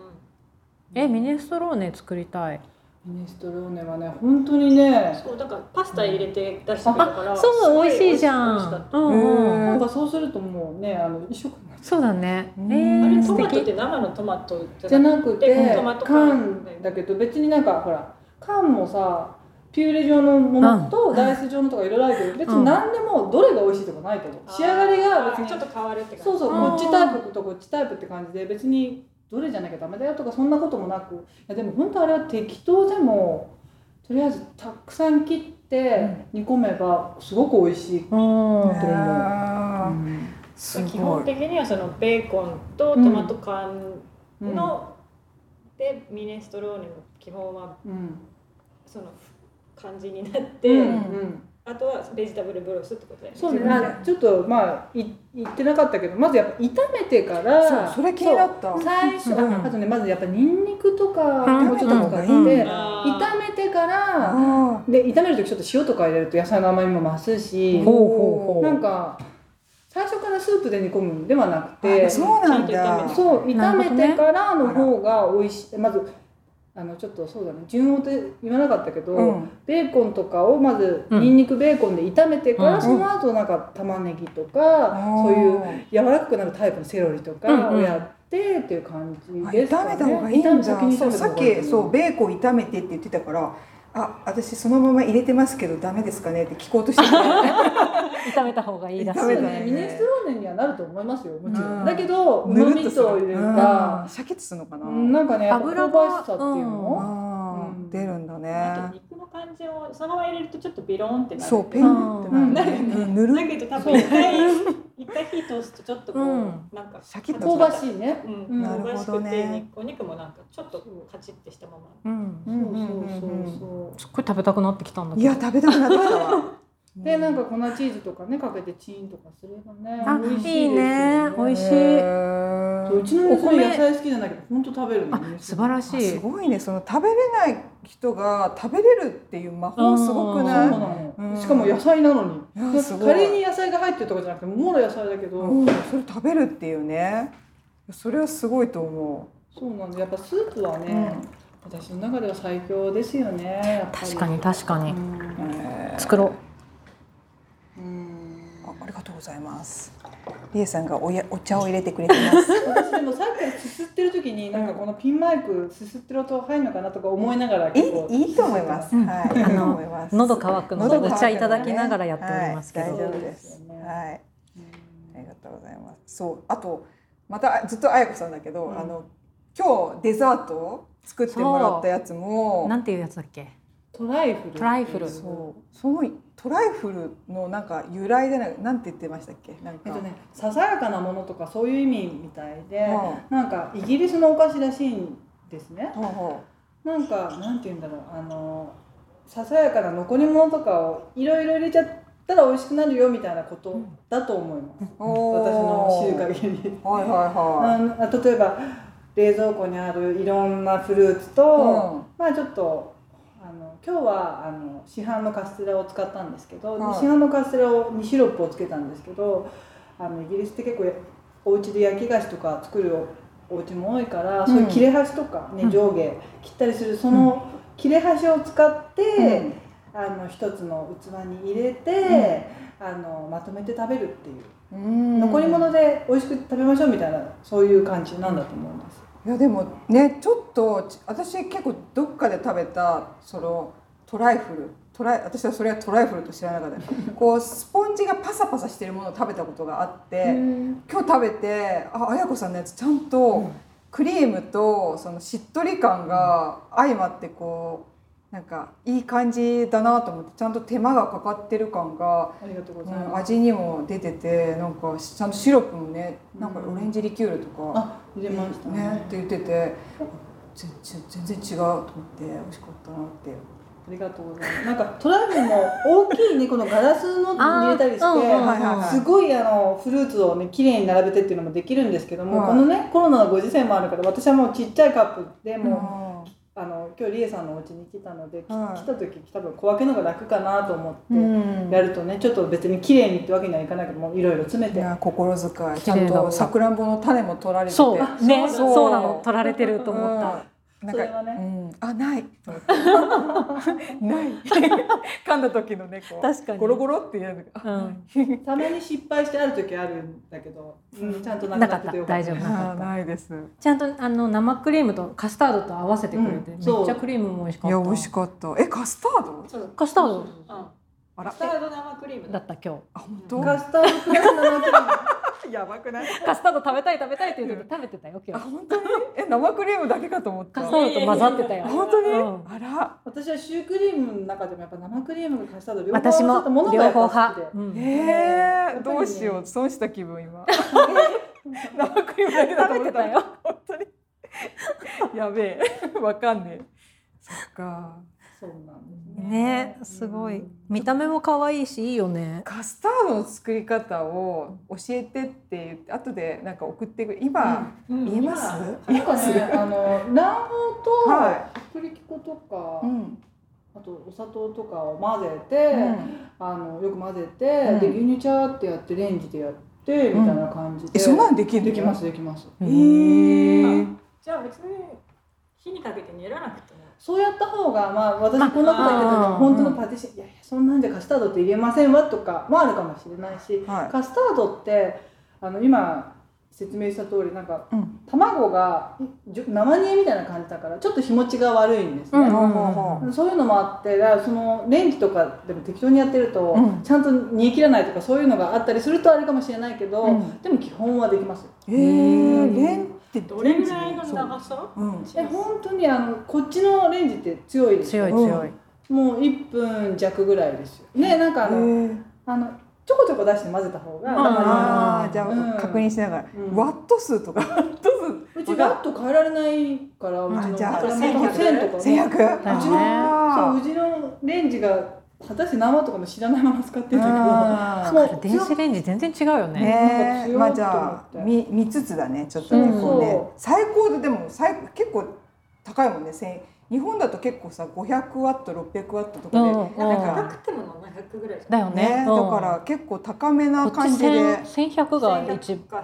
B: え、ミネストローネ作りたい。
D: ミネストローネはね本当にね
C: ん、そうだからパスタ入れて出してくれたからす
B: そう、
C: ご
B: 美味しいじゃ
C: 美味しか
B: ん
C: っ。た
B: うんうん。
D: なんかそうするともうねあの一食になっちゃ
B: そうだね。え
A: うん
C: あ
B: ー、
C: れ
B: 素
C: トマトっ
B: 敵。
C: て生のトマト
D: う
C: じ
D: じゃ
C: ゃな
D: なく
C: で
D: て
C: トマト缶
D: 缶だけど別になんかほら缶もさピューレ状のものとダイス状のとかいろいろあるけど別に何でもどれが美味しいとかないと思う
C: く
D: 仕上がりが別
C: あー
D: に
C: ちょっと変わるって感じ
D: そうそう
B: あー
D: こっちタイプとこっちタイプって感じで別にどれじゃなきゃダメだよとかそんなこともなくいやでも本当あれは適当でもとりあえずたくさん切って煮込めばすごく美味しい、
B: うん。
A: あーす
C: 基本
A: ごい。
C: 的にはそのベーコンとトマト缶
D: うん
C: の、でミネストローネの基本は
D: うん
C: その感じになって、
D: うん
C: あとはベジタブルブロスってことだよね
D: そう
A: 自
D: ね
A: 分で
D: あちょっとまあい言ってなかったけどまずやっぱ炒めてから
A: そう、それ気になった。
D: そう最初、
B: うん
D: ああとねまずやっぱニンニクとか
B: うん
D: もうちょっと使って、
A: うん
C: あ
D: 炒めてから
A: あ
D: で炒める時ちょっと塩とか入れると野菜の甘みも増すし、
B: ほうほうほ
D: な
B: う。
D: んか最初からスープで煮込むんではなく
A: ー
D: て
A: あ、そうなん
C: ちゃんと炒
A: だ
C: め。
D: そう炒め
B: なるほ
C: る
B: どね
D: てからの方が美味しいまずあのちょっとそうだね順応って言わなかったけど、
A: うん。
D: ベーコンとかをまず
B: うん
D: にんにくベーコンで炒めてから、
B: うん
D: その後なんか玉ねぎとか、そういう
A: う。
D: 柔らかくなるタイプのセロリとか
B: うんう
D: を
B: ん
D: やってっていう感じ
A: あ
D: です
A: 炒
D: かね、
A: めた方がいいんだ。
D: 炒め先に
A: そ
D: 炒
A: う
D: めた
A: さ
D: 方
A: っ
D: がいい
A: きそうベーコン炒めてって言ってたから、あ私そのまま入れてますけどダメですかねって聞こうとしてた。
B: 炒めた方がいいらしい
A: 炒
D: そ
A: め
D: う
A: た方が
B: ね。
D: ね
A: いい
D: ミネストローネにはなると思いますよもちろん、
A: うん
D: だけどうまみという
A: う
D: か
A: ん、シャキッとするのかな。
D: うんなんかねやっぱ
B: 油
D: 香
B: が
D: ばしさっていうの、
B: うん
A: あー
D: うん
A: 出るんだ
C: あと
A: ね。
C: 肉の感じをそのまま入れるとちょっとビローンってなる
A: そうペンってなるね。
C: うん
A: うんぬる
C: だけど多分一回一回火通すとちょっとこう、
B: うん
C: なんか
A: シャキッと
D: 香ば
C: い、
D: しいね。
C: うん、
D: な
C: 香
D: る
C: ば
A: ほ
C: し
A: ど
C: くて
A: ね
C: 肉お肉もなんかちょっとカチッてしたまま
B: うん。
D: そう
A: うん
D: そうそうそ
B: すっごい食べたくなってきたんだけ
A: い
B: ど
A: や。食べたくなってきたわ。
D: う。でなんか粉チーズとかねかけてチーンとかすればね
B: あ
D: 美味しいです
B: いいね美味しい
A: へ
D: そうう
A: ー
D: ちの
B: お米
D: 娘野菜好きじゃないけど本当食べるの
B: あ
D: ね。
B: 素晴ら
A: あ
B: し
A: す
B: い。
A: ごいねその食べれない人が食べれるっていう魔法すごく
D: そう
A: な。
D: ないの
A: うん
D: しかも野菜なのに
A: いや
D: だって
A: すごい
D: カレーに野菜が入ってるとかじゃなくてもろ野菜だけど、
A: うん、それ食べるっていうねそれはすごいと思
D: そうなんでやっぱスープは
A: う、
D: ね、私の中では最強ですよねやっぱり
B: 確かに確か
D: う
B: に。
D: ん
A: えー
B: 作ろ
D: うん
A: あありがとうございますりえさんがおやお茶を入れてくれてます
D: 私でもさっきからすすってる時になんかこのピンマイクすすってる音入るのかなとか思いながら
A: い
D: 結構
A: いいいと思います、
B: うん
A: はいいい
B: あの
A: と思います
B: う。喉乾くので
A: 喉乾くのね
B: お茶いただきながらやっておりますけ
A: はい、
B: ど。
A: 大丈夫です
D: そうですよね
A: はい
D: う
A: ありがとうございますそうあとまたずっとあやこさんだけど、
D: うん
A: あの今日デザートを作ってもらったやつも
B: なんていうやつだっけ？
D: んトライフル
B: トライフル
A: そうそのトライフルのなんか由来でないなんて言ってましたっけなんか、
D: えっとねささやかなものとかそういう意味みたいで、
A: は
D: なんかイギリスのお菓子らしいんですね
A: あ、はあ
D: な
A: は
D: んかなんて言うんだろうあのささやかな残り物とかをいろいろ入れちゃったら美味しくなるよみたいなことだと思います、私の知る
A: おー
D: 限り
A: はいは
D: あの例えば冷蔵庫にあるいろんなフルーツと、
A: うん
D: まあちょっとあの今日はあの市販のカステラを使ったんですけど、
A: はい
D: 市販のカステラをにシロップをつけたんですけどあのイギリスって結構お家で焼き菓子とか作るお家も多いから、そういう切れ端とか、ね、
B: うん
D: 上下切ったりするその切れ端を使って、
A: いはい。うん
D: あの一つの器に入れて、あのまとめて食べるっていう。
A: うん
D: 残り物で美味しく食べましょうみたいなそういう感じなんだと思います。
A: いやでもねちょっとち私結構どっかで食べたそのトライフルトライ私はそれはトライフルと知らなかった
D: (laughs)
A: こうスポンジがパサパサしてるものを食べたことがあって、今日食べてあ綾子さんのやつちゃんとクリームとそのしっとり感が相まってこうなんかいい感じだなと思ってちゃんと手間がかかってる感が
D: ありがとうござい
A: うん
D: ます。
A: 味にも出ててなんかちゃんとシロップもねなんかオレンジリキュールとか。
D: あ、入れましたね。
A: ねって言ってて全全然違うと思って美味しかったなって
D: ありがとうございます。なんかトライフも大きいねこのガラスのに入れたりして、
B: あーうんうんうん
A: はいはいはい
D: すごいあのフルーツをね綺麗に並べてっていうのもできるんですけども、
A: はい
D: このねコロナのご時世もあるから私はもうちっちゃいカップでもう。
A: も
D: あの今日リエさんのお家に来たので、き
A: はい
D: 来た時多分小分けのが楽かなと思って、
A: うん
D: やるとねちょっと別に綺麗にってわけにはいかないけどもういろいろ詰め
A: い
D: て
A: や心遣いち
B: 綺
A: ゃん
B: 麗だ
A: と
B: わ
A: さくらんぼの種も取られてて
B: そうね
A: そう
B: そうなの取られてると思った、
A: うんなん
D: そ
A: か
D: れはね
A: うん、あない
B: (laughs)
A: と思ってない (laughs) 噛んだ時のねこう
B: 確かに
A: ゴロゴロってやるのが
B: うん、
D: たまに失敗してある時あるんだけど、うん、ちゃんとな
B: な
D: く
B: か
D: なっ
B: っ
D: て
B: た
D: てよかっ
B: 大
D: た
B: 丈夫なか
A: あ
B: っ
A: ー
B: た
A: ないですい
B: ちゃんとあの生クリームとカスタードと合わせてくれて、
D: うん
B: め
D: そう
B: っちゃクリームも美味しかった
A: や美味しかったえカスタード
C: そう
B: カスター
D: そう
B: ド
C: うん
A: あ
C: カ
A: ら
C: スタード生クリーム
B: だ
C: だ
B: った今
A: あ本
D: う
A: 当
D: んカスタードクラス生クリーム
A: やばくない
B: 日カスタード食べたい食べたいっていう時食べてたよ今
A: あ
B: 日
A: 本当にえ生クリームだけかと思った
B: カスタードと混ざってたよ
A: あ本当に、
B: うん
A: あら
D: 私はシュークリームの中でもやっぱ生クリームとカスタード両方
B: 私も
D: ものがや
B: 両
D: っぱ
B: 方
D: 好きで
B: 派、うん
A: え
D: や
A: ー、
D: っぱり
A: ど
D: ね
A: うしよう損した気分今 (laughs) 生クリームだけだと
B: 食
A: 思
B: べ
A: ってて
B: た
A: た
B: よ
A: 本当にやべえ (laughs) わかんねえそっか
D: そうなんですね
B: ねすごい見た目も可愛いしいいよね
A: カスタードの作り方を教えてって言って後でなんか送ってくる今、
D: うん
A: 言えます
D: なんかねあの卵黄と
A: は
D: 薄力粉とか、
A: うん
D: あとお砂糖とかを混ぜて、
A: うん
D: あのよく混ぜて、
A: うん
D: で牛乳チャーってやってレンジでやってみたいな感じで、
A: えそんなんできるの
D: できますできます
A: えー、
C: じゃあ別に火にかけて練らなくても
D: そうやった方がまあ私こんなこと言ってた
B: あ
D: の
B: ー
D: 本当のパティシエ、いやいやそんなんじゃカスタードって入れませんわとかもあるかもしれないし、
A: はい
D: カスタードってあの今説明した通りなんか
A: うん
D: 卵がじゅ生煮えみたいな感じだからちょっと日持ちが悪いんですね、
B: うん
A: ほうほうほう
D: そういうのもあってだからそのレンジとかでも適当にやってると、
A: うん
D: ちゃんと煮え切らないとかそういうのがあったりするとあれかもしれないけど、
A: うん
D: でも基本はできますよ
A: えー、レンって
C: どれぐらいの
A: そう
C: 長さ
A: うん
D: え本当にあのこっちのレンジって強いですよ
B: 強い強い、
D: もう1分弱ぐらいですよねなんかあ
A: え
D: の,、
A: ー
D: あのちょこちょこ出して混ぜた方が
B: うん
D: あ
A: ああじゃあ、
D: うん
A: 確認しながら、
D: うん
A: ワット数とかワット数
D: うちワット変えられないからうち
A: あ
D: の
A: じゃあ
D: 1000とか
A: 千百
B: だ
D: うち
A: あ
D: の
A: ー
D: そううちのレンジが果たして何ワットかも知らないまま使ってるんだけど
A: あ
D: もう
B: だから電子レンジ全然違うよね
A: ね
D: なんか強いと思って
A: まあじゃあ見見つつだねちょっとね
B: そう
A: こうね
D: そう
A: 最高ででも最結構高いもんね千日本だと結構さ500ワット600ワットとかで、
B: うんうん
A: なんか
C: 高くても700ぐらいじゃ
B: だ
C: ない
B: よね
A: ね
B: う
A: だ
B: ん
A: から結構高めな
B: こっち
A: 感じで
B: 千1100が一
C: 1100か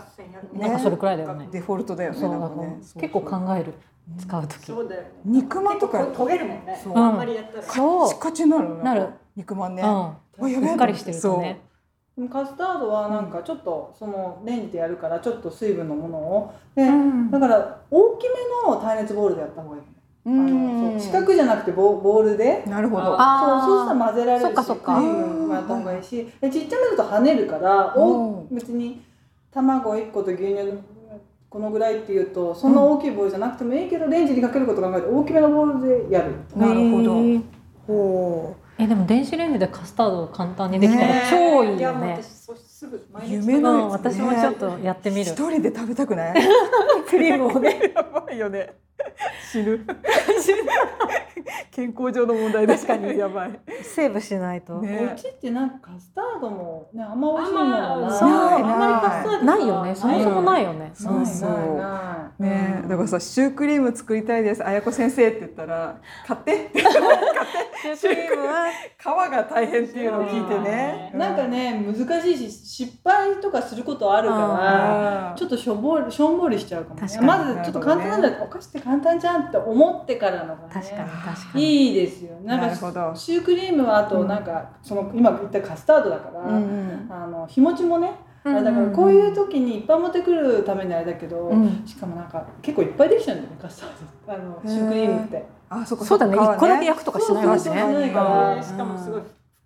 C: 1100
A: ね
B: なんかそれくらいだよね
A: デフォルトだよね
B: そうだ
A: な
B: か
A: んかね
B: ら結構考える使う時
C: そうだよね
A: 肉まんとか
C: 結構焦げるもんね
A: そう
C: あんまりやったら
B: そう
A: チカチになるの
B: なる
A: 肉まんね、
B: う
A: あや
B: ん
A: べえ
B: うっかりしてるとね
D: でもカスタードはなんかちょっとそのレンジでやるからちょっと水分のものをで、
B: うん
D: だから大きめの耐熱ボールでやった方がいい、
A: う
D: あの
A: ん
D: そう四角じゃなくてボボールで
A: なるほど
B: あー
D: そうそうしたら混ぜられるし
B: そっかそっか
D: クリームもやった方がいいしでちっちゃめだと跳ねるから
A: お
D: お別に卵1個と牛乳このぐらいっていうとそんな大きいボールじゃなくてもいいけど、レンジにかけること考えて大きめのボールでやる
A: なるほど
B: えー
A: ほ
B: えでも電子レンジでカスタードを簡単にできたら超いいよ
C: やもう
B: ね
C: 私そうすぐ毎日
A: 夢
B: う
A: の
B: ん私もちょっとやって
A: う
B: みる
A: 一人で食べたくない
B: クリームをね
A: やばいよね死ぬ健康上の問題です
C: (laughs)
B: 確かに
A: やばい
B: セーブしないと、
A: ね
D: お家ってなんかカスタードもねあんま美味しいものがない
B: そ
D: あ
B: う
D: んまりカスタード
B: ないよねそもそもないいよね
A: そうそう
D: ないな
A: ね
D: う
A: え
D: ん
A: だからさシュークリーム作りたいですあやこ先生って言ったら買ってって
B: シュークリームは
A: 皮が大変っていうのを聞いてね
D: いなんかね難しいし失敗とかすることあるから
A: あ
D: ちょっとしょぼりしょんぼりしちゃうかも、ね
B: 確、かに
D: まずちょっと簡単なんだ、お菓子って簡単じゃんって思ってからのが、ね、
B: 確かに確かに
D: いいですよなんか
A: なるほど
D: シュークリームはあとなんか、その今言ったカスタードだから、
A: うんうん
D: あの日持ちもね、あれだからこういう時にいっぱい持ってくるためにあれだけど、
B: うん
D: しかもなんか結構いっぱいできちゃうんだよねカスタードあの
A: へー
D: シュークリームって。
A: あそこ
B: そうだね一個だけ焼くと
D: と
B: かしないわけ
D: そうそうそうしな
B: ね
D: いから
A: うん
C: しかもすごい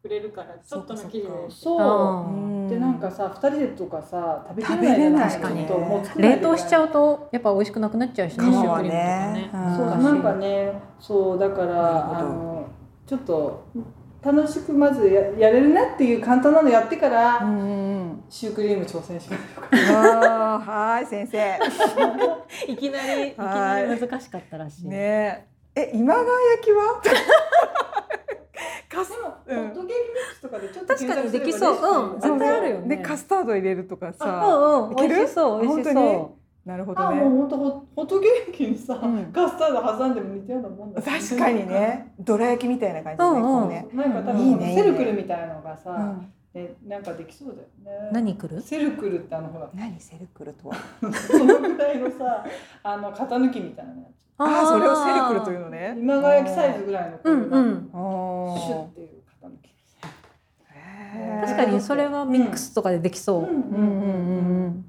C: 膨れるからちょっとの生地で
D: そう
A: うん
D: でなんかさ二人でとかさ食べきれない
A: 食べれない
D: ちょっともう作らな
B: 冷
D: いといけない
B: 凍しちゃうとやっぱ美味しくなくなっちゃうしね
A: か
B: シュー
A: も
B: クリームと
A: ね
B: かね
D: そう
A: う
B: だ
A: ん
D: なんかねそうだから
A: な
D: あ
A: るほど
D: のちょっと楽しくまずややれるなっていう簡単なのやってから、
A: うんうんうん
D: シュークリーム挑戦しましょうか。
A: あーはーい先生
B: いきなりいき
A: は
B: ないり難しかったらしい、
A: ねええ今川焼きはカス
D: でも、
A: うん
D: ホットケーキミックスとかでちょっと
B: 確かにでき
D: 検索すれば
B: そううん
D: レシピ
B: 絶対あるよね
A: でカスタード入れるとかさ
B: うんうん
A: いけ
B: 美
A: る
B: 味しそう美味し
A: 本
B: そ
A: なるほど
D: あもう
A: ね
D: 本当ホホットケーキにさ、
A: うん
D: カスタード挟んでも似たようなもんだね
A: 確かにねどら焼きみたいな感じ
B: う
A: で
B: ん
A: ね
B: うん
A: こうね
D: (laughs) なんか多
A: いい
D: 分
A: ねいいね
D: セルクルみたいなのが
A: う
D: さ、
A: ん
D: ねなんかできそうだよね
B: う何来る
D: セルクルってあのほら
A: 何セルクルとは
D: そのぐらいのさあの型抜きみたいなやつ
A: ああそれをセルクルというのね
D: 今川焼きサイズぐらいのこ
B: う
D: い
B: んうん
A: お
D: シュッ
A: ー
D: ていう型抜き
A: へー
B: 確かにそれはミックスとかでできそう、
D: うん
A: う
D: うんん
A: う
D: うん
A: んうん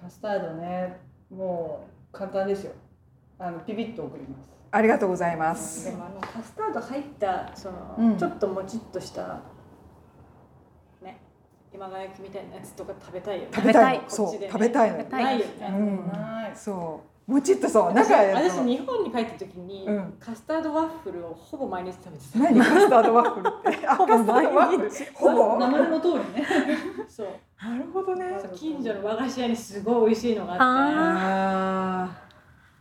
D: カスタードねもう簡単ですよあのピピッと送ります
A: ありがとうございます
C: でもあのカスタード入ったその、
A: うん
C: ちょっともちっとしたね今川焼きみたいなやつとか食べたいよね
A: 食べたい
C: こっち
A: そう
C: でね
A: 食べたいのよ
B: たい
C: ないよね、
A: うん
D: はい
A: そうもちっとそう
C: 私
A: 中へ
C: 私日本に帰った時に、
A: うん
C: カスタードワッフルをほぼ毎日食べてた
A: 何カスタードワッフルってあカスタードワッフルほぼ
D: 名前の通りね
C: (laughs) そう
A: なるほどね
C: そう近所の和菓子屋にすごい美味しいのがあって
A: ああ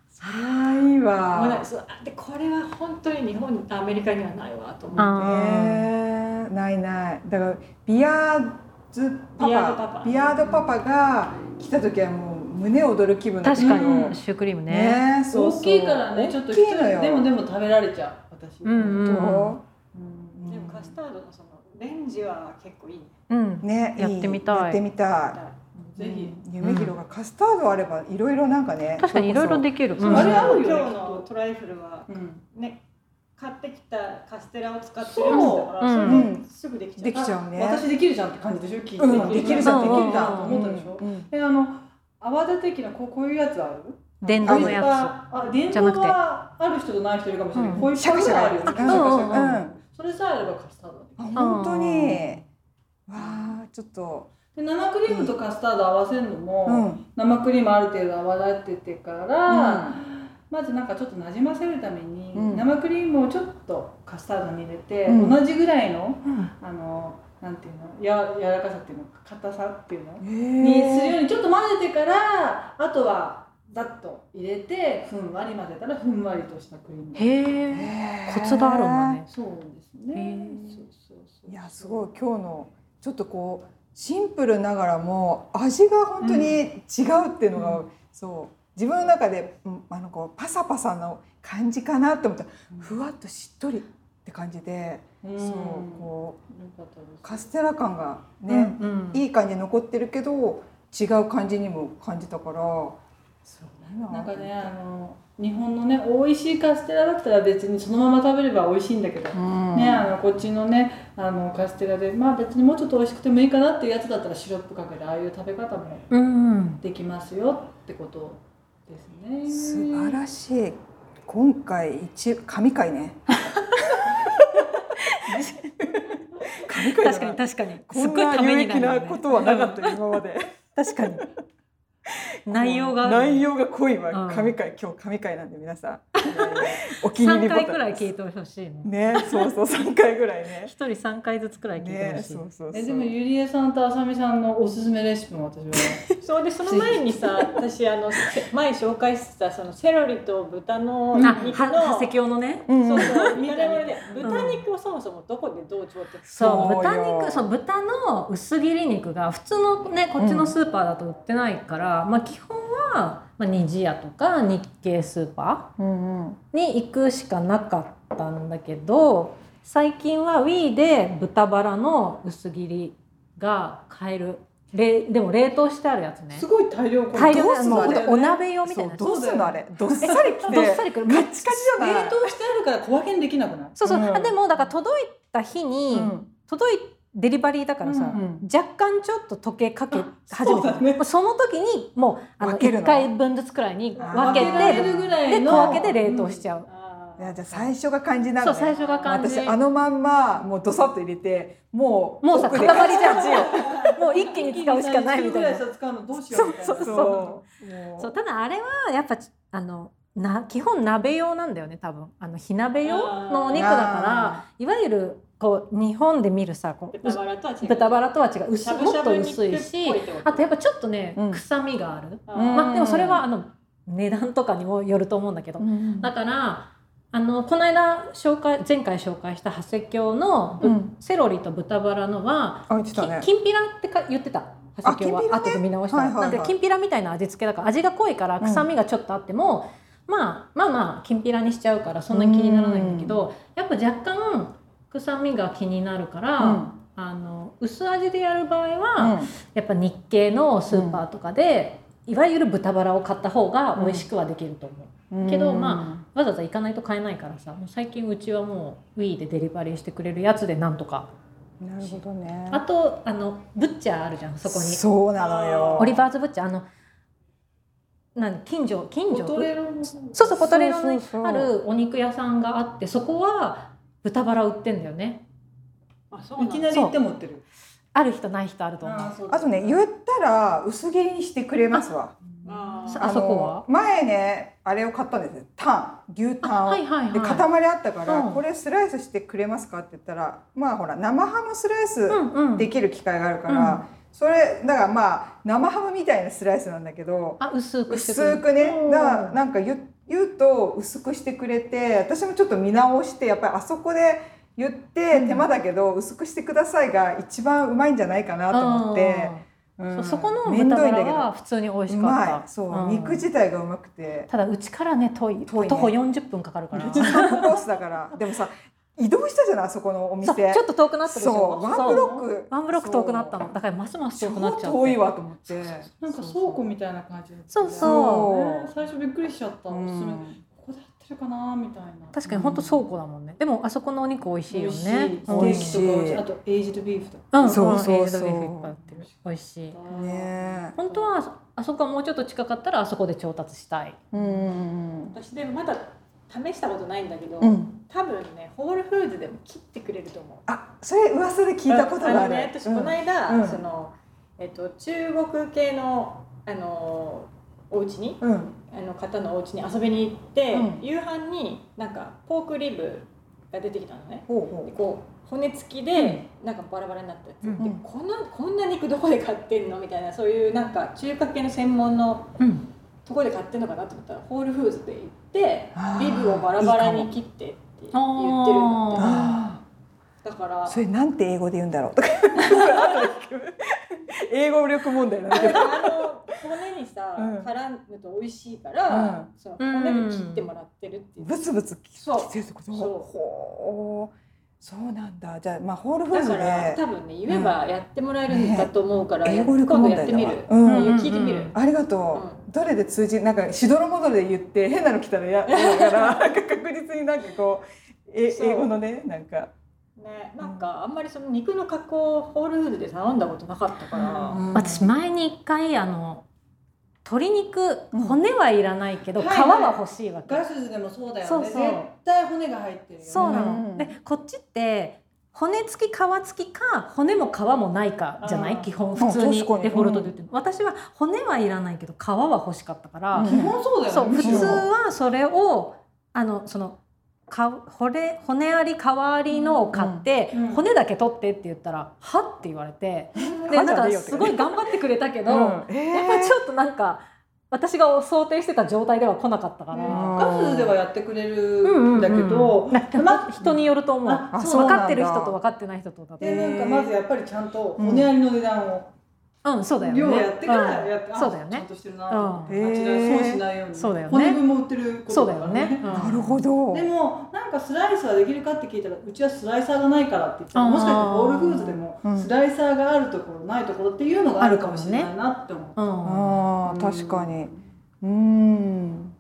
A: それはいい
C: もうなんか
A: わ
C: そうあでこれは本当に日本アメリカにはないわと思って
B: あ
A: えー、ないないだからビアーズパ
C: ビアード
A: パ
C: パパ
A: ビアードパパが来た時はもう胸躍る気分
B: ー
A: だった
B: 確かに、
A: うん
B: シュークリームね
A: ねそうそう
D: 大きいからねちょっと
A: 大
D: 一
A: きいの
D: 人
A: よ
D: でもでも食べられちゃう私
B: うんうん
A: ど
D: うん
C: でもカスタードのそのレンジは結構いいね
B: うん
A: うね
B: やってみたい
A: やってみたい
D: ぜひ
A: うん夢広がカスタードあればいろいろなんかね
B: 確かにいろいろ
A: き
B: できる、
A: そう
B: うん
D: あれ合うよね
C: 今日のトライフルは
D: うん
C: ね買ってきたカステラを使ってるやつだから
B: そう
C: それ
A: うん
C: もすぐできちゃう
A: できちゃうね
D: 私できるじゃんって感じでしょ聞いて、
A: うん
D: できるじゃん
B: う
D: で
B: ん
D: きるじゃんと思ったでしょ、
A: うんうん
D: えあの泡立て器のこうこういうやつある
B: 電動のやつ
D: あ電
B: じゃなく
D: 動
B: て
D: はある人とない人いるかもしれない、
B: うん
D: こういう
A: シャカシャカ
D: あるよね
A: シャカシャ
B: うん
A: カシ
B: うんうん
A: ャカうん
D: それさえあればカスタード
A: あ本当にわあちょっと
D: で生クリームとカスタード合わせるのも、
A: うん
D: 生クリームある程度泡立ててから、まずなんかちょっとなじませるために、
A: うん
D: 生クリームをちょっとカスタードに入れて、
A: うん
D: 同じぐらいの
A: うん
D: あのなんていうのや柔らかさっていうの硬さっていうの、にする
A: え
D: ようにちょっと混ぜてからあとはざっと入れてふんわり混ぜたらふんわりとしたクリーム
B: へ
A: え
B: えコツがあるんだね
D: そうですね、
B: へー
D: そうそうそう
A: い
D: い
A: やすごい今日のちょっとこうシンプルながらも味が本当に違うっていうのが、そう自分の中でうんあのこうパサパサの感じかなって思ったらふわっとしっとりって感じで、
D: うん
A: そう
D: よ
A: こ
D: かったです
A: うカステラ感がね、
B: うん
A: いい感じに残ってるけど違う感じにも感じたからそうな
D: なんかねあの日本のね美味しいカステラだったら別にそのまま食べれば美味しいんだけど、
A: うん
D: ね、あのこっちのねあのカステラでまあ別にもうちょっと美味しくてもいいかなっていうやつだったらシロップかけてああいう食べ方も
B: うんうん
D: できますよってことですね
A: 素晴らしい今回一神回ね
B: (laughs)
A: 神回だな
B: 確かに確かに
A: こ
B: すっ
A: ん
B: ごいた
A: な
B: め
A: 有
B: にな
A: 益
B: るよ
A: な
B: ね
A: ことはなかったよ今まで
B: 確 (laughs) かに内容がある
A: 内容が濃いわ
B: うん
A: 神回今日神回なんで皆さんお気に入り
B: 三
A: ボタン
B: 回くらい聞いてほしいね。
A: ねそうそう3回ぐらいね
B: 一人三回ずつくらい聞いてほ
A: ね
B: しい。
A: そうそうそう
D: えでもゆりえさんとあさみさんのおすすめレシピも私は
C: そうでその前にさ私あのせ前紹介してたそのセロリと豚の
B: あ、
C: 肉
B: は
C: の
B: 歯石をのね。
A: うん
C: そうそう見た目で
B: ん
C: 豚肉をそもそもどこでどう調達す
A: そう
C: る
B: そう
A: よ
B: 豚肉そう豚の薄切り肉が普通のねこっちのスーパーだと売ってないから、まあ基本はまあニジヤとか日系スーパ
A: うんうん
B: ーに行くしかなかったんだけど最近は Wii で豚バラの薄切りが買えるれでも冷凍してあるやつね
D: すごい大量購入
B: 大量
A: どうすんの
B: もう
A: あれ
B: ほんとお鍋用みた
A: そ
B: いうな
A: どうすんのあれ (laughs) どっさり来て
B: どっさりくる
A: カッチカチじゃない
D: 冷凍してあるから小分けにできなくない
B: そうそう、
A: うん
B: あでもだから届いた日に、
A: うん
B: 届いデリバリーだから
A: う
B: さ、
A: ん
B: 若干ちょっと時計かけ始
D: そ
B: め
D: う
B: た
D: だ
B: そ,、
D: ね
B: その時にもうあの
A: 分けるの
B: 1回分ずつくらいに分け
A: 分けられ
B: て
A: るぐ
D: ら
B: で小分けで冷凍しちゃう、
C: あ
A: い
C: ー
A: やじゃあ最初が肝心な
B: そ
A: の
B: う最初が感じ
A: 私あのまんまもうどさっと入れてもう
B: もうさ
A: 奥で
B: 塊じゃんもう一気に使うしかないみたいな
D: 一気にさ使うのどうしようみたいな
B: そうそう
A: そうもう
B: そうただあれはやっぱあのな基本鍋用なんだよね多分あの火鍋用のお肉だからいわゆるこう日本で見るさこう
C: 豚バラとは違う
B: 豚バラとは違う薄
C: しゃぶ
B: も
C: しゃ
B: っと
C: ぶ肉
B: 薄
C: っぽ
B: い
C: い
B: し
C: ってこと
B: あとやっぱちょっとね、
A: うん
B: 臭みがある、
C: あ
A: うん
C: ー
B: まあでもそれはあの値段とかにもよると思うんだけど、
A: うん
B: だからあのこの間紹介前回紹介した長谷京の、ぶ
A: うん
B: セロリと豚バラのは、
A: あ言って
B: き
A: たね
B: きんぴらってか言ってた長谷京は
A: きんぴらね
B: 後で見直したら、
A: はいはいはい
B: なんかきんぴらみたいな味付けだから味が濃いから
A: うん
B: 臭みがちょっとあっても、まあまあまあきんぴらにしちゃうからそんなに気にならないんだけど、やっぱ若干臭みが気になるから、
A: うん
B: あの薄味でやる場合は、
A: うん
B: やっぱ日系のスーパーとかで、いわゆる豚バラを買った方が美味しくはできると思う、けどまわざわざ行かないと買えないからさもう最近うちはもう Wii でデリバリーしてくれるやつでなんとか、
A: あなるほどね
B: あとあのブッチャーあるじゃんそこに
A: そうなのよ
B: オリバーズブッチャーあの何近所近所
D: ポトレロの
B: そうそうポトレロ
A: そう
B: に
A: そうそう
B: あるお肉屋さんがあってそこは豚バラ売ってんだよね
C: あそうなん
D: い
C: だ
D: きなり行って持ってる
B: ある人ない人あると思う
D: ーそう
A: あとね言ったら薄切りにしてくれますわ
C: あ
B: さ
C: ー
B: あそこは
A: の前ねあれを買ったんですよタン牛タン
B: あ
A: を、
B: はいはいはい
A: で塊あったから、
B: うん
A: これスライスしてくれますかって言ったらまあほら生ハムスライス
B: うんうん
A: できる機会があるから、
B: うん
A: それだからまあ生ハムみたいなスライスなんだけど
B: あ薄くしてくれる
A: 薄くね
B: うん
A: だからなんか言う言うと薄くしてくれて私もちょっと見直してやっぱりあそこで言って手間だけど薄くしてくださいが一番うまいんじゃないかなと思って、
B: うん
A: う
B: そ
A: ん
B: うそこの
A: 面
B: 豚
A: 倒
B: バ
A: いん
B: ラ
A: だけど
B: は普通に美味
A: う
B: しかっ
A: ま
B: た
A: いそう、
B: ん
A: 肉自体がうまくて
B: ただうちからね遠い
A: 遠いね
B: 徒歩40分かかるから
A: サーフコースだ
B: (laughs)
A: からでもさ移動したじゃないあそこのお
B: そう
A: 店
B: ちょっと遠くなってるで
A: そ
B: しょ
A: うワンブロッ
B: そう
A: ク
B: ワンブロック遠くなったのだからますます
A: そう
B: 遠くなっちゃ
A: 超
B: って
A: 遠いわと思って
D: なんか倉庫みたいな感じだった
B: そう
A: そ
B: そう
D: ね最初びっくりしちゃったおすすめ
A: うん
D: ここでやってるかなみたいな
B: 確かに本当倉庫だもんねでもあそこのお肉美味しいよね
D: 美味しいステー
A: 美味
D: キ
A: し
D: と
A: い
D: かあとエイジドビーフとか
B: うん
A: そうそう
B: エイジドビーフ
A: そう
B: いっぱい売ってる美味しい
A: ねえ
B: 本当はあそあそこはもうちょっと近かったらあそこで調達したい
A: うん
C: 私でもまだ試したことないんだけど、
A: うん
C: 多分ねホールフーズでも切ってくれると思う
A: あそれ噂で聞いたことがあ
C: の
A: る
C: ね、私この間、
A: うん
C: そのえっと中国系のあのお家に
A: うんうん
C: あの方のお家に遊びに行って、
A: うん
C: 夕飯になんかポークリブが出てきたのね。
A: ほうほ
C: で
A: う
C: こう骨付きでなんかバラバラになったやつ、
B: うん
C: でこんなこんな肉どこで買ってんのみたいなそういうなんか中華系の専門の
B: うん
C: ところで買ってんのかなと思ったらホールフーズで行って
A: あー
C: リブをバラバラに切ってって言ってるんだって
A: あ
C: だか
A: あ
C: ら
A: それなんて英語で言うんだろうとか後で聞く英語力問題なんだけど
C: あの骨にさ、
A: うん
C: 絡むと美味しいから、その骨で切ってもらってるっていう、
A: ブツブツ
C: そう
A: きついってこと
C: そう
A: ほうそうなんだじゃあまあホールフー
C: だ
A: ズ
C: から
A: で
C: 多分ね言えばやってもらえるんだと思うから、
A: ね
C: や
A: 英語力
C: 今
A: 問
C: 度やっ
A: 題
C: て
A: だわ
C: みる、
A: うん
B: うんうん
C: 聞いてみる、
A: ありがとう、どれで通じなんかしどろもどろで言って変なの来たらやだからなんか確実になんかこうえ
C: そう
A: 英語のねなんか
C: ねなんかあんまりその肉の加工をホールフーズで頼んだことなかったから、
B: 私前に一回あの鶏肉
A: うん
B: 骨はいらないけど皮
D: はいはい
B: は欲しいわけ、
D: ガスでもそうだよね
B: そうそう
D: 絶対骨が入ってるよね
B: そうなの、
A: うん
B: でこっちって骨付き皮付きか骨も皮もないかじゃな
D: あ
B: い
D: ー
B: 基本普通に
A: 確かに
B: デフォルトで言ってる、私は骨はいらないけど皮は欲しかったから、
A: うん
D: 基本そうだよね
B: そう
D: む
B: 普
D: し
B: 通
D: ろ
B: はそれをあのそのか骨骨あり皮ありのを買って、
D: うんうん
B: 骨だけ取ってって言ったら「は?」って言われてで
A: 歯じ
B: な
A: ゃねえ
B: んか
A: よって
B: すごい頑張ってくれたけど、
A: うんえー
B: やっぱちょっとなんか私が想定してた状態では来なかったから、
A: ん
D: ガスではやってくれ
B: うん
D: るんだけど、
B: なんか
D: ま
B: 人によると思う
D: あ
A: そうな
B: 分
A: んだ
B: かってる人と分かってない人とだと
D: でなんかまずやっぱりちゃんと骨ありの値段を、
B: うんそうだよね
D: 量をやってからやって、
B: うん
D: あ
B: そうだよ
D: ちゃん
B: ね
D: としてるなと思って、
A: うん
D: あちら損しないように、
B: そうだよね
D: 骨分も売ってること
B: そうだ
D: だから
B: よね、うん
A: なるほど。
D: でもなんかスライスはできるかって聞いたらうちはスライサーがないからって言ってた
B: あー
D: もしかしたらホールフーズでも
A: うん
D: スライサーがあるところないところっていうのがあるかもしれないなって思う。
B: うん
A: ああ確かに。うん。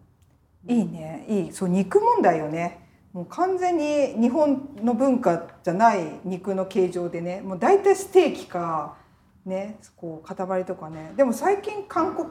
A: いいね。いい。そう肉問題よね。もう完全に日本の文化じゃない肉の形状でね、もう大体ステーキかね、こう塊とかね。でも最近韓国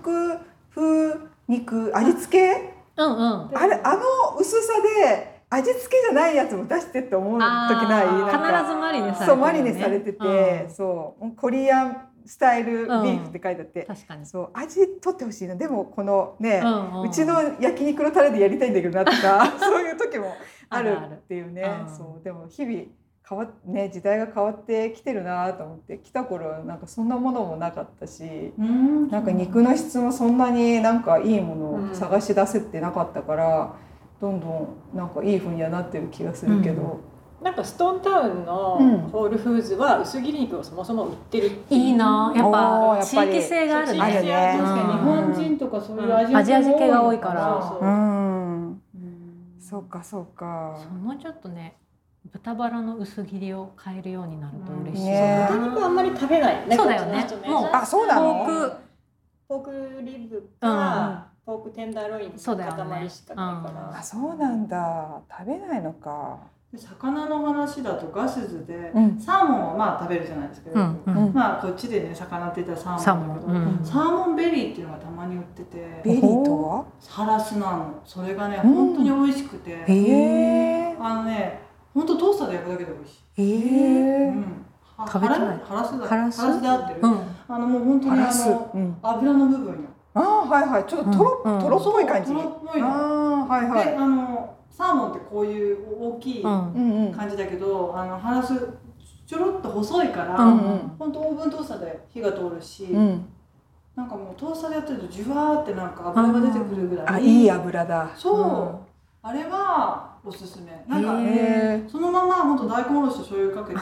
A: 風肉味付け
B: うんうん
A: あれあの薄さで味付けじゃないやつも出してって思う時ない？
B: あー
A: なんか
B: 必ずマリネされてるよね
A: そうマリネされてて、
B: うん
A: そうコリアンスタイルビーフって書いてあって、
B: 確かに
A: そう味取ってほしいなでもこのね、
B: う
A: うん
B: うん
A: ちの焼肉のタレでやりたいんだけどなと
B: (laughs)
A: かそういう時もあるっていうね
B: あるあるうん
A: そうでも日々変わっね時代が変わってきてるなと思って来た頃なんかそんなものもなかったし。
D: うん
A: なんか肉の質もそんなになんかいいものを探し出せてなかったから、どんどんなんかいい風にはなってる気がするけど、
C: なんかストーンタウン
A: うん
C: のホールフーズは薄切り肉をそもそも売ってるって
B: いいなやっ
A: おー
B: ぱ
A: やっ
B: 地
A: ぱり
B: 域性がある
A: あ
B: ね
A: るね
D: 確かに日本人とかそういうアジア
B: アジア
D: 系
B: 系
D: が
B: が
D: 多
B: 多
D: い
B: い
D: か
B: からら。
D: そう
A: う、
D: そうん
A: そうかそう
B: そ
A: か。
B: のちょっとね豚バラの薄切りを変えるようになると嬉しい、
A: ね
C: 豚肉はあんまり食べない
B: そうだよね
C: こっちの人
B: もう
A: あそうなの
B: ポーク
C: ポークリブか、ポークテンダーロイン
B: そうだよね
C: の塊しかないから、
A: あそうなんだ食べないのか。
D: で魚の話だとガスズで、
A: うん
D: サーモンはまあ食べるじゃないですけど、
B: うんうん
A: うん
D: まあこっちでね魚って言ったらサ
B: サ
D: ー
B: ー
D: モ
B: モ
D: ンだ
B: ン
D: けど、
B: うん
D: サーモンベリーっていうのがたまに売って
A: ベ
D: て
A: リーとは？
D: ハラスなのそれがね
A: うん
D: 本当に美味しくて、
A: へえ
D: あのね本当トースターで焼くだけで美味しい。
A: へ
D: う
A: え。
D: ん、は
B: 食べたい
D: ハラハラスだ
B: ハラス
D: ハで合ってる、
B: うん
D: あのもう本当
A: ハ
D: にあ
A: ラス。
D: の
A: うん。
D: 油の部分よ
A: あーはいはいちょっとトロ
B: うん
A: トロっぽい感じ。
D: ト
A: あ
D: ロっぽいの
A: あーはいは
D: で
A: い。
D: あのサーモンってこういう大きい
B: うん
D: 感
A: うんうん。
D: じだけど、あのハラスちょろっと細いから、
B: うん
A: うん
D: 本当オーブントースターで火が通るし、
A: うん。
D: なんかもうトースターでやってるとジュワーってなんか油が出てくるぐらい
A: あいい油だ。
D: そう、あれはおすすめなんか、
A: へ
B: へ
A: え。
D: そのまま本当大根おろしと醤油かけて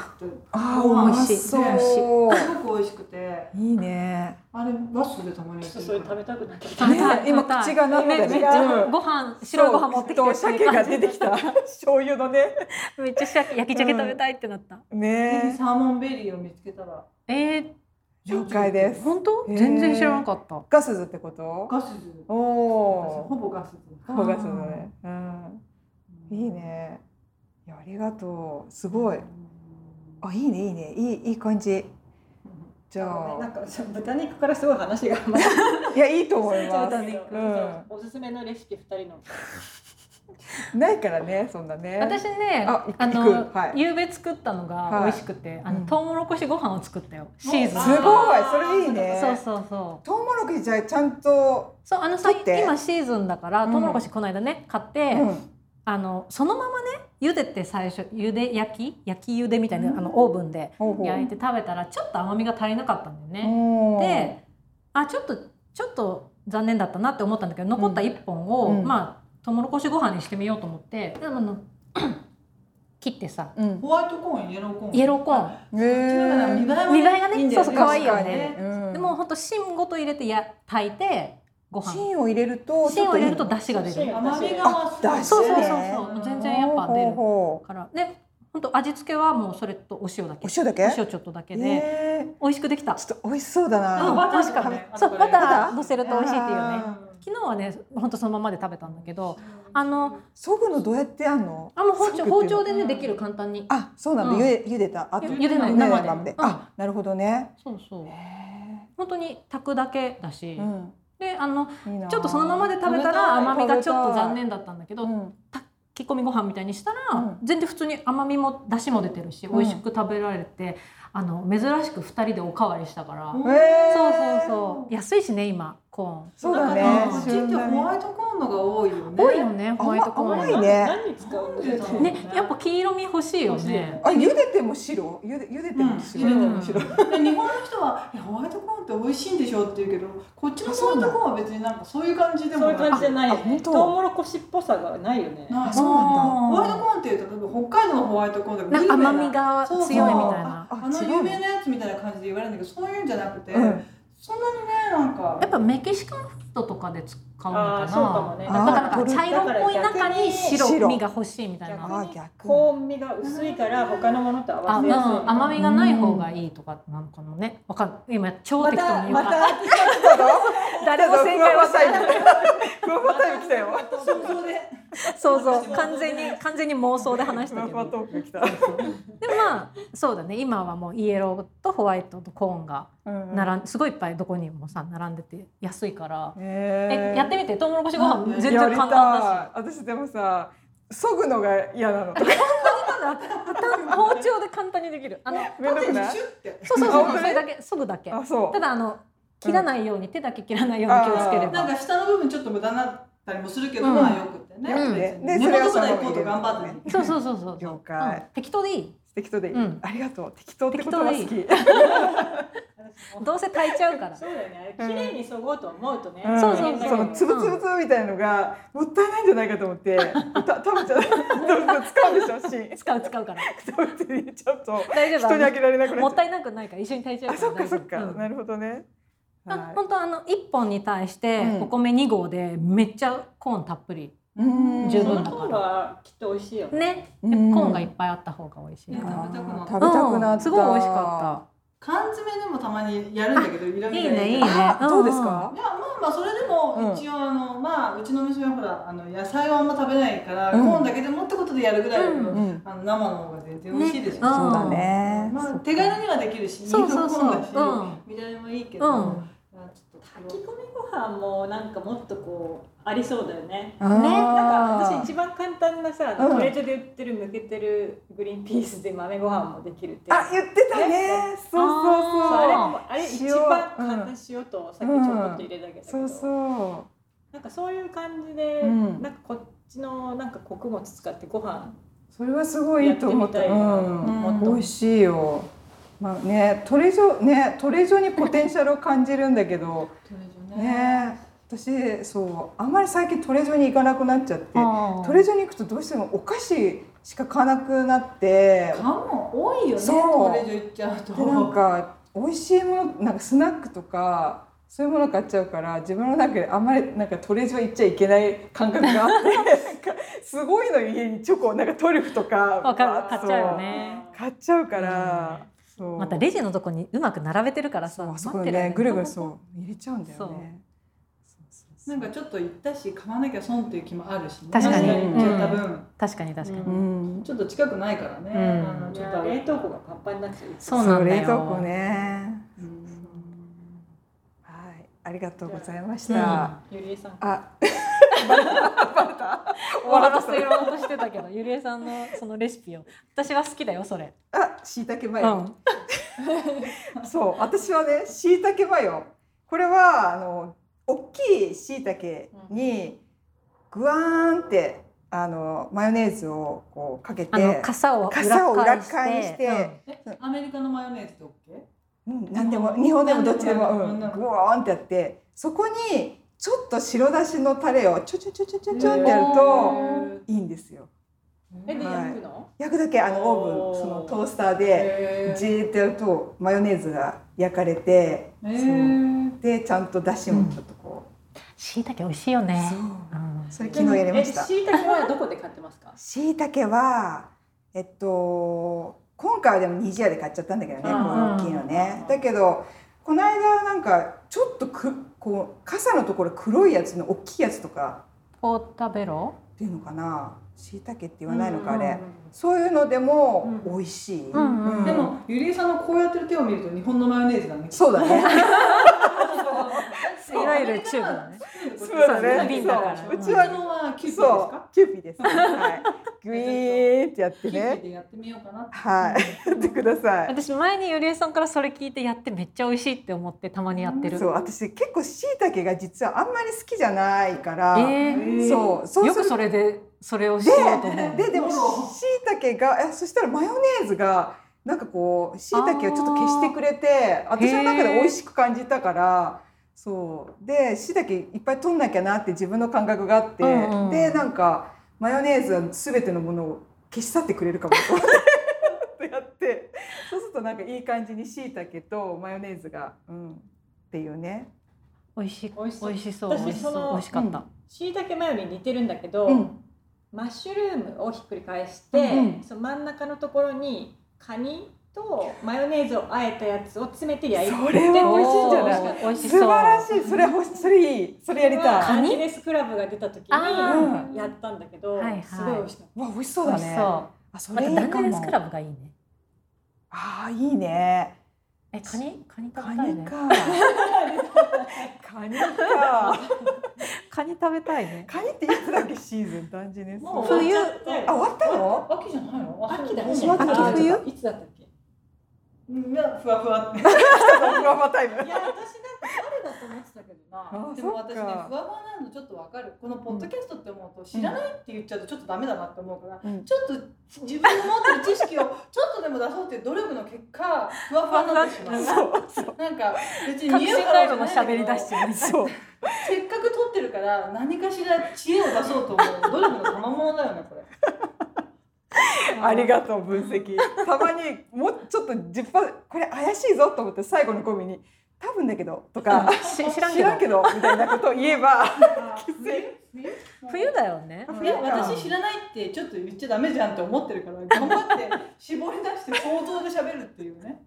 A: あ
D: ご
A: あ
D: 飯
A: 美味し
D: ね
A: そう。
D: すごく美味しくて
A: いいね。
D: あれガスでたまに
C: ち
D: や
C: ょ
D: って
C: っと
D: る
C: それ食べたくなってきた
B: 食べたい
A: ね今
B: 食べたい
A: 口がなんか
B: め
A: ね
B: っちゃ
A: うん
B: ご飯白いご飯持ってきて
A: そう
B: る
A: と鮭が出てきた。醤油のね。
B: めっちゃ鮭焼き鮭食べたいってなった、
D: ぜひ
A: ね。
D: サーモンベリーを見つけたら
B: えー
A: 了解です。
B: 本当、
A: えー
B: 全然知らなかった
A: ガスズってこと？
D: ガスズ
A: お
D: ほ
A: お。
D: ぼガスズ
A: 顔がそうだね。うん。いいね。いやありがとう。すごい。あいいねいいねいいいい感じ。じゃ
C: なん
A: あ
C: かそう豚肉からすごい話がまた
A: いやいいと思いま
C: 豚
A: す。
C: 肉、
A: うん
C: おすすめのレシピ二人の
A: ないからねそんなね。
B: 私ね
A: あ
B: あ
A: い行
B: の、
A: くはい
B: 夕べ作ったのが美味しくて、あ
A: うん
B: のトウモロコシご飯を作ったよシーズ
A: す
B: ン
A: ごいそれいいね。
B: そうそうそう
A: トウモロコシじゃあちゃんと。
B: そうあのさ
A: 取って
B: 今シーズンだから
A: うん
B: トウモロコシこの間ね買って、
A: うん
B: あのそのままね茹でて最初茹で焼き焼き茹でみたいな、あのオーブンで
A: ほうほう
B: 焼いて食べたらちょっと甘みが足りなかったんだよね。
A: おー
B: であちょっとちょっと残念だったなって思ったんだけど残った1本を、
A: うん
B: まあとうもろこしご飯にしてみようと思ってでもあの (clears throat) 切ってさ
A: うん。
D: ホワイトコーンイエローコーン
B: イエローコーン、
A: へえ
D: 見栄えは
B: 見栄えがね
D: んだよ
B: そうそう可愛いよね
A: 確かにうん
B: でもほんと芯ごと入れてや炊いてご飯
A: 芯を入れると
B: 芯を入れると
A: ちょっ
B: 出汁が出
C: 芯
B: る
C: が
D: 甘みが
A: あ出汁
B: そうそうそう
A: ね
B: そうもう全然やっぱ出る
A: ほうほうほ
B: からでほんと味付けはもうそれとお塩だけ
A: うお塩だけ？
B: お塩ちょっとだけで、
A: え
B: 美味しくできた
A: ちょっと美味しそうだ
B: うん
A: な。
D: バターとか
B: 確かに
D: ね
B: そうバタ
A: ー
B: ー乗せると美味しいっていうね昨日はねほんとそのままで食べたんだけどあの
A: そぐのどうやってやんの？
B: あもう包丁
A: そぐ
B: 包
A: っていうの
B: 丁でねできる簡単に
A: あ、そうなんだ。
B: うん
A: ゆでゆでた後。
B: ゆゆでない
A: ゆ
B: 生で
A: 生で。
B: うん
A: あ、なるほどね。
B: そうそう
A: へ
B: 本当に炊くだけだし、
A: えうん。
B: であの
A: いいな
B: ちょっとそのままで食べ
A: 食
B: た
A: べたい
B: ら甘みがちょっと残念だったんだけど、
A: うん
B: 炊き込みご飯みたいにしたら、
A: うん
B: 全然普通に甘みも出汁も出てるし、
A: うん
B: 美味しく食べられてあの珍しく2人でおかわりしたから、
D: うん
A: えー
B: そうそうそう安いしね今コーン
A: そうだ
D: なんかこ。
A: ね
D: っちって
A: 旬だ
D: ホ
A: ね
D: ワイトコーンのが多いよね
B: 多いよね甘いところ
A: 甘いね
C: 何使うんだろう
B: ねやっぱ黄色み欲しいよね。
A: あ茹でても白茹で茹でても白、
D: うん
B: 茹でても白
D: で日本の人は「いやホワイトコーンって美味しいんでしょ」って言うけどこっちのホワイトコーンは別になんかそういう感じでも
C: そういう感じじゃ
D: な
C: ないよ
A: あ本
C: ね。
A: 当
C: トウモロコシっぽさがないよね。
D: ない
A: そうなんだ
D: ホワイトコーンっていうと多分北海道のホワイトコーンとか
B: なん
D: 有
B: か
D: 名な
B: 甘みが強いみたいな。
D: あの
A: 違う
D: 有名なやつみたいな感じで言われるんだけどそういうんじゃなくて、
A: うん
D: そんなにねなんか
B: やっぱメキシカンフードとかで使うのか
C: あ
B: な。
C: あそうかもね。
A: あー
B: だからなん
A: ト
B: か
A: ル
B: 茶色っぽい中に白身が欲しいみたい
C: 白
B: な。
A: あ逆に
C: 高味が薄いから他のものと合
B: あ、
C: わ
B: う
C: せやすい。
B: ん、甘みがない方がいいとかなのかもね。わかんない。今超適当に言う (laughs) から。
A: た
B: 誰も正解はしない。
A: ふわふわタイム来たよ
D: 想像で
B: そうそう。完全に完全に妄想で話し
A: ふ
B: た
A: わ
B: け
A: ふわ
B: ど
A: ト。ーク来た
B: でもまあそうだね。今はもうイエローとホワイトとコーンが並んすごいいっぱいどこにもさ並んでて安いから。え
A: え
B: やってみてトウモロコシご飯全然
A: やりた
B: 簡単だし。
A: い私でもさ削ぐのが嫌なのとか
B: 包丁で簡単にできる。あの
A: めんどくない
D: シュッて
B: そうそうそ
A: あ
B: う
A: 本当
B: そ
A: に
B: れだけそぐだけ。
A: あそう
B: ただあの切らないように、手だけ切らないように気をつけれ
D: なん
B: ば
D: か下の部分ちょっと無駄になったりもするけど、
B: うん
D: まあよくってね、
B: うん
D: 別に
A: で
D: 根
A: それを
D: 元
A: そ
D: か
A: の
D: ら行
A: まま
D: こうと頑張ってね
B: そうそうそうそう
A: 了解
B: うん適当でいい
A: 適当でいい、
B: うん
A: ありがとう適当って言葉好き
B: 適当どうせ炊いちゃうか
A: (laughs)
B: ら
C: そうだよね。綺麗にそごうと思うとね。
A: うん
B: そうそう
A: そのつぶつぶつぶみたいのがもったいないんじゃないかと思ってた食べちゃう (laughs) 使うでしょ芯
B: 使う使うから
A: 使うってちょっと
B: 大丈
A: 人にあ
B: 夫
A: げられなく
B: も
A: なっち
B: っ
A: ゃ
B: たいなくないから一緒に炊いちゃ
A: う
B: う
A: あ
B: から
A: そっかそっか、
B: 大丈夫うん
A: なるほどね
B: あ
A: は
B: 本当あの一本に対して
A: うん
B: お米二合でめっちゃコーンたっぷり
A: い
B: 十
C: そ
B: 分
C: の
B: だか
C: 方
B: ら
C: がきっと美味しいよね。
B: ね
A: う
B: コ
A: ん
B: ーンがいっぱいあった方が美味しい
D: うん
B: から
A: あー
D: 食
A: 食べたくなっ
B: う
A: た
B: んすごい美味しか
D: 缶詰でもたまにやるんだけどいら
B: った
D: ないい
B: いねいいね
A: あ
B: ん
A: どうですか
D: いやまあまあそれで
A: うん
D: も一応あの、まあうちの娘はほらあの野菜はあんま食べないから、
A: うん
D: コーンだけでもってことでやるぐらいだけど、
B: う
A: うん
D: あの生の方が全然美味しいでしょ、
B: ねうん
A: そうだね
D: まあ手軽にはできるし
B: そうそうそう
D: 肉もコーンだし、
B: うん
D: 見た目もいいけ
B: う
D: ど、
B: ん
D: まあちょっと
C: 炊き込みご飯もなんかもっとこうありそうだよね。
A: あー
C: なんか私一番簡単なさ、
A: うん
C: トレードで売ってる剥けてるグリーンピースで豆ご飯もできるって。
A: あ言ってたねそうそう
C: そう
A: そう
C: あれもあれ一
A: 塩
C: 番
A: うん
C: 簡単塩とさっきちょこっと入れるだけだけど、
A: そうそ
C: なんかそういう感じで、
A: うん
C: なんかこっちのなんか穀物使ってご飯
A: うそれはすごいいいと思った
C: やってみたいな
A: うん
D: もっ
A: 美
D: と
A: 味しいよまあねトレジョねトレジョにポテンシャルを感じるんだけど
D: トレジョね
A: ね私そうあんまり最近トレジョに行かなくなっちゃって
B: うん
A: トレジョに行くとどうしてもお菓子しか買わなくなって
D: 缶も多いよね
A: そう
D: トレジョ行っちゃうと
A: でなんか美味しいものなんかスナックとかそういうもの買っちゃうから自分の中であんまりなんかトレジョ行っちゃいけない感覚があってなんかすごいの家にチョコなんかトリュフとか
B: わかる
A: バーッと
B: 買っちゃうよね
A: 買っちゃうから、そう
B: またレジのとこにうまく並べてるからさ
A: あそこ
B: 待っ
A: に
B: てる間
A: ね
B: に
A: ぐるぐるそう入れちゃうんだよ
B: そう
A: ね。そうそうそう
D: なんかちょっと行ったし買わなきゃ損っていう気もあるし、ね、
B: 確
A: かに
D: 行っちゃった分、
B: 確かに確かに、
A: うん、
D: ちょっと近くないからね、
B: うん
D: あの
C: ち
D: ち
C: ょ
D: ょ
C: っ
D: っ
C: と
D: と
C: 冷凍庫がパンパンになっちゃう
B: そうなんだよ
A: 冷蔵庫ね。
D: うん
A: はい、ありがとうございまし
B: う
A: た。
C: ゆりえさん
A: あ、
B: 終わらせようとしてたけどゆりえさんのそのレシピを私は好きだよそれ、
A: あ、椎茸マ
B: う
A: ヨ。
B: ん
A: そう、私はね、椎茸マヨ。これは、あの、大きい椎茸に。ぐわーんって、あの、マヨネーズを、こう、かけ
B: あの
A: て。
B: 傘を
A: 傘を裏
B: 裏
A: っ
B: っ
A: か
B: か
A: い
B: い
A: に
B: に
A: し
B: してて、
D: えアメリカのマヨネーズって OK?
A: うん、なんでも、日本でも、どっちでも、う、
D: なんん
A: ぐ
D: でも
A: わーんってやって、そこに。ちょっと白だしのタレをちょちょちょちょちょちょってやるといいんですよ。
C: えで
A: はい
C: 焼くの、
A: 焼くだけあのオー
C: お
A: ブン
C: ー
A: そのトースターで
D: え
A: じーってやるとマヨネーズが焼かれて
D: えー、
A: でちゃんと出汁もちょっとこ
B: しいたけ美味しいよ
A: う、
B: ね
A: そう
B: うん
A: それ昨日やりました
C: え椎茸はどこで買ってますか
A: しいたけはえっと今回はでも虹屋で買っちゃったんだけどねこう
C: う
A: 大
C: ん
A: きいのね
C: うん
A: だけどこの間なんかちょっとくこう傘のところ黒いやつの大きいやつとか
B: ポータベロ
A: っていうのかなしいたけって言わないのかあ
C: うんうん
A: れ
C: うん
A: そういうのでも
C: うん
A: 美味しい、
B: うんうん
D: でもゆりえさんのこうやってる手を見ると日本のマヨネーズだね
A: そうだね
B: いわゆるチューブだね
D: そう
A: そうだね
B: 瓶だから
A: そう
D: ち
A: うう
D: の
A: ちは
D: はキュッピーです
A: そ
D: か
A: う、キューピーです。はい。 (laughs) グイーンってやって
D: キューピー
A: ね。
D: でやってみようかなって
A: はい、やってください。
B: 私前にゆりえさんからそれ聞いてやってめっちゃ美味しいって思ってたまにやってる。
A: そう、私結構椎茸が実はあんまり好きじゃないから。
B: えー
A: そう、そう
B: よ
A: す
B: く
A: る
B: それでそれをしようと思う。
A: ででもしいたけがえそしたらマヨネーズがなんかこうしいたけをちょっと消してくれて私の中で美味しく感じたからそうでしいたけいっぱい取んなきゃなって自分の感覚があって、
B: うんうん
A: でなんかマヨネーズは全てのものを消し去ってくれるかもと思ってやってそうするとなんかいい感じにしいたけとマヨネーズが、うん、っていうね。
B: 美味しい
D: 美味しそ
B: 美
D: う
B: 味しそう
C: 私
B: 美味しそう
C: その
B: 美味しかった。
C: 椎茸マヨに似てるんだけど、
A: うん
C: マッシュルームをひっくり返して、
A: うんうん
C: その真ん中のところにカニとマヨネーズをあえたやつを詰めて焼いて
A: それは美味しいんじゃない
C: 美味しかった
B: 美味し
A: 素
B: そう。
A: 晴らしいそれ欲しそれいいそれやり
B: カ
A: たい。
B: ニ
C: アンジレスクラブが出た時に
B: あ
A: ー
C: やったんだけど、
B: はいはい
C: すごい美味しかっ
A: わ美味しそう
B: 美
A: だ
B: 味し
A: ね。
B: そう。
A: あそ
B: ま
A: れ
B: た
A: いい
B: ダン
A: か
B: ガレス
A: も
B: ク。ラブがいいね。
A: ああいいね。
B: えカニカニ食
A: カ
B: べたい
A: ニ
B: ね。 (laughs)
A: か。カニか。
B: カニ食べたいね。
A: カニっていつだっけシーズン断じね。
D: もう
A: あ
C: た
D: 冬
C: 終わっちゃって
A: 終わったの？
D: 秋じゃないのあ
C: 秋だ
A: ねそう
B: 秋だね
C: あーいつだったっけ
D: うんいやふわふわって
A: フラフラタイム。
D: いや私なんか春だと思ってたけど
A: あ
D: な。でも私ね
A: そ
D: ふ
A: っ
D: わ
A: か
D: ふわなのちょっとわかる。このポッドキャストって思うと知らないって言っちゃうとちょっとダメだなって思うから、
A: うん
D: ちょっと自分の持ってる知識をちょっとでも出そうっていう努力の結果ふわふわになってしまう。なんか別に
B: 確
D: 見え
B: 信
D: るか
B: タイ
D: ら
B: ムも
D: じゃない
B: 喋
D: け
B: り
D: ど
B: 出してる。
A: そう。
D: せっかく撮ってるから何かしら知恵を出そうと思う努力の賜物だよねこれ。
A: ありがとう分析。たまにもうちょっと十パこれ怪しいぞと思って最後のコミに多分だけどとか
B: し知らん
A: 知
B: けど
A: らんけどみたいなことを言えば
D: 冬冬
B: 冬だよね。
D: いや私知らないってちょっと言っちゃダメじゃんって思ってるから頑張って絞り出して想像で喋るっていうね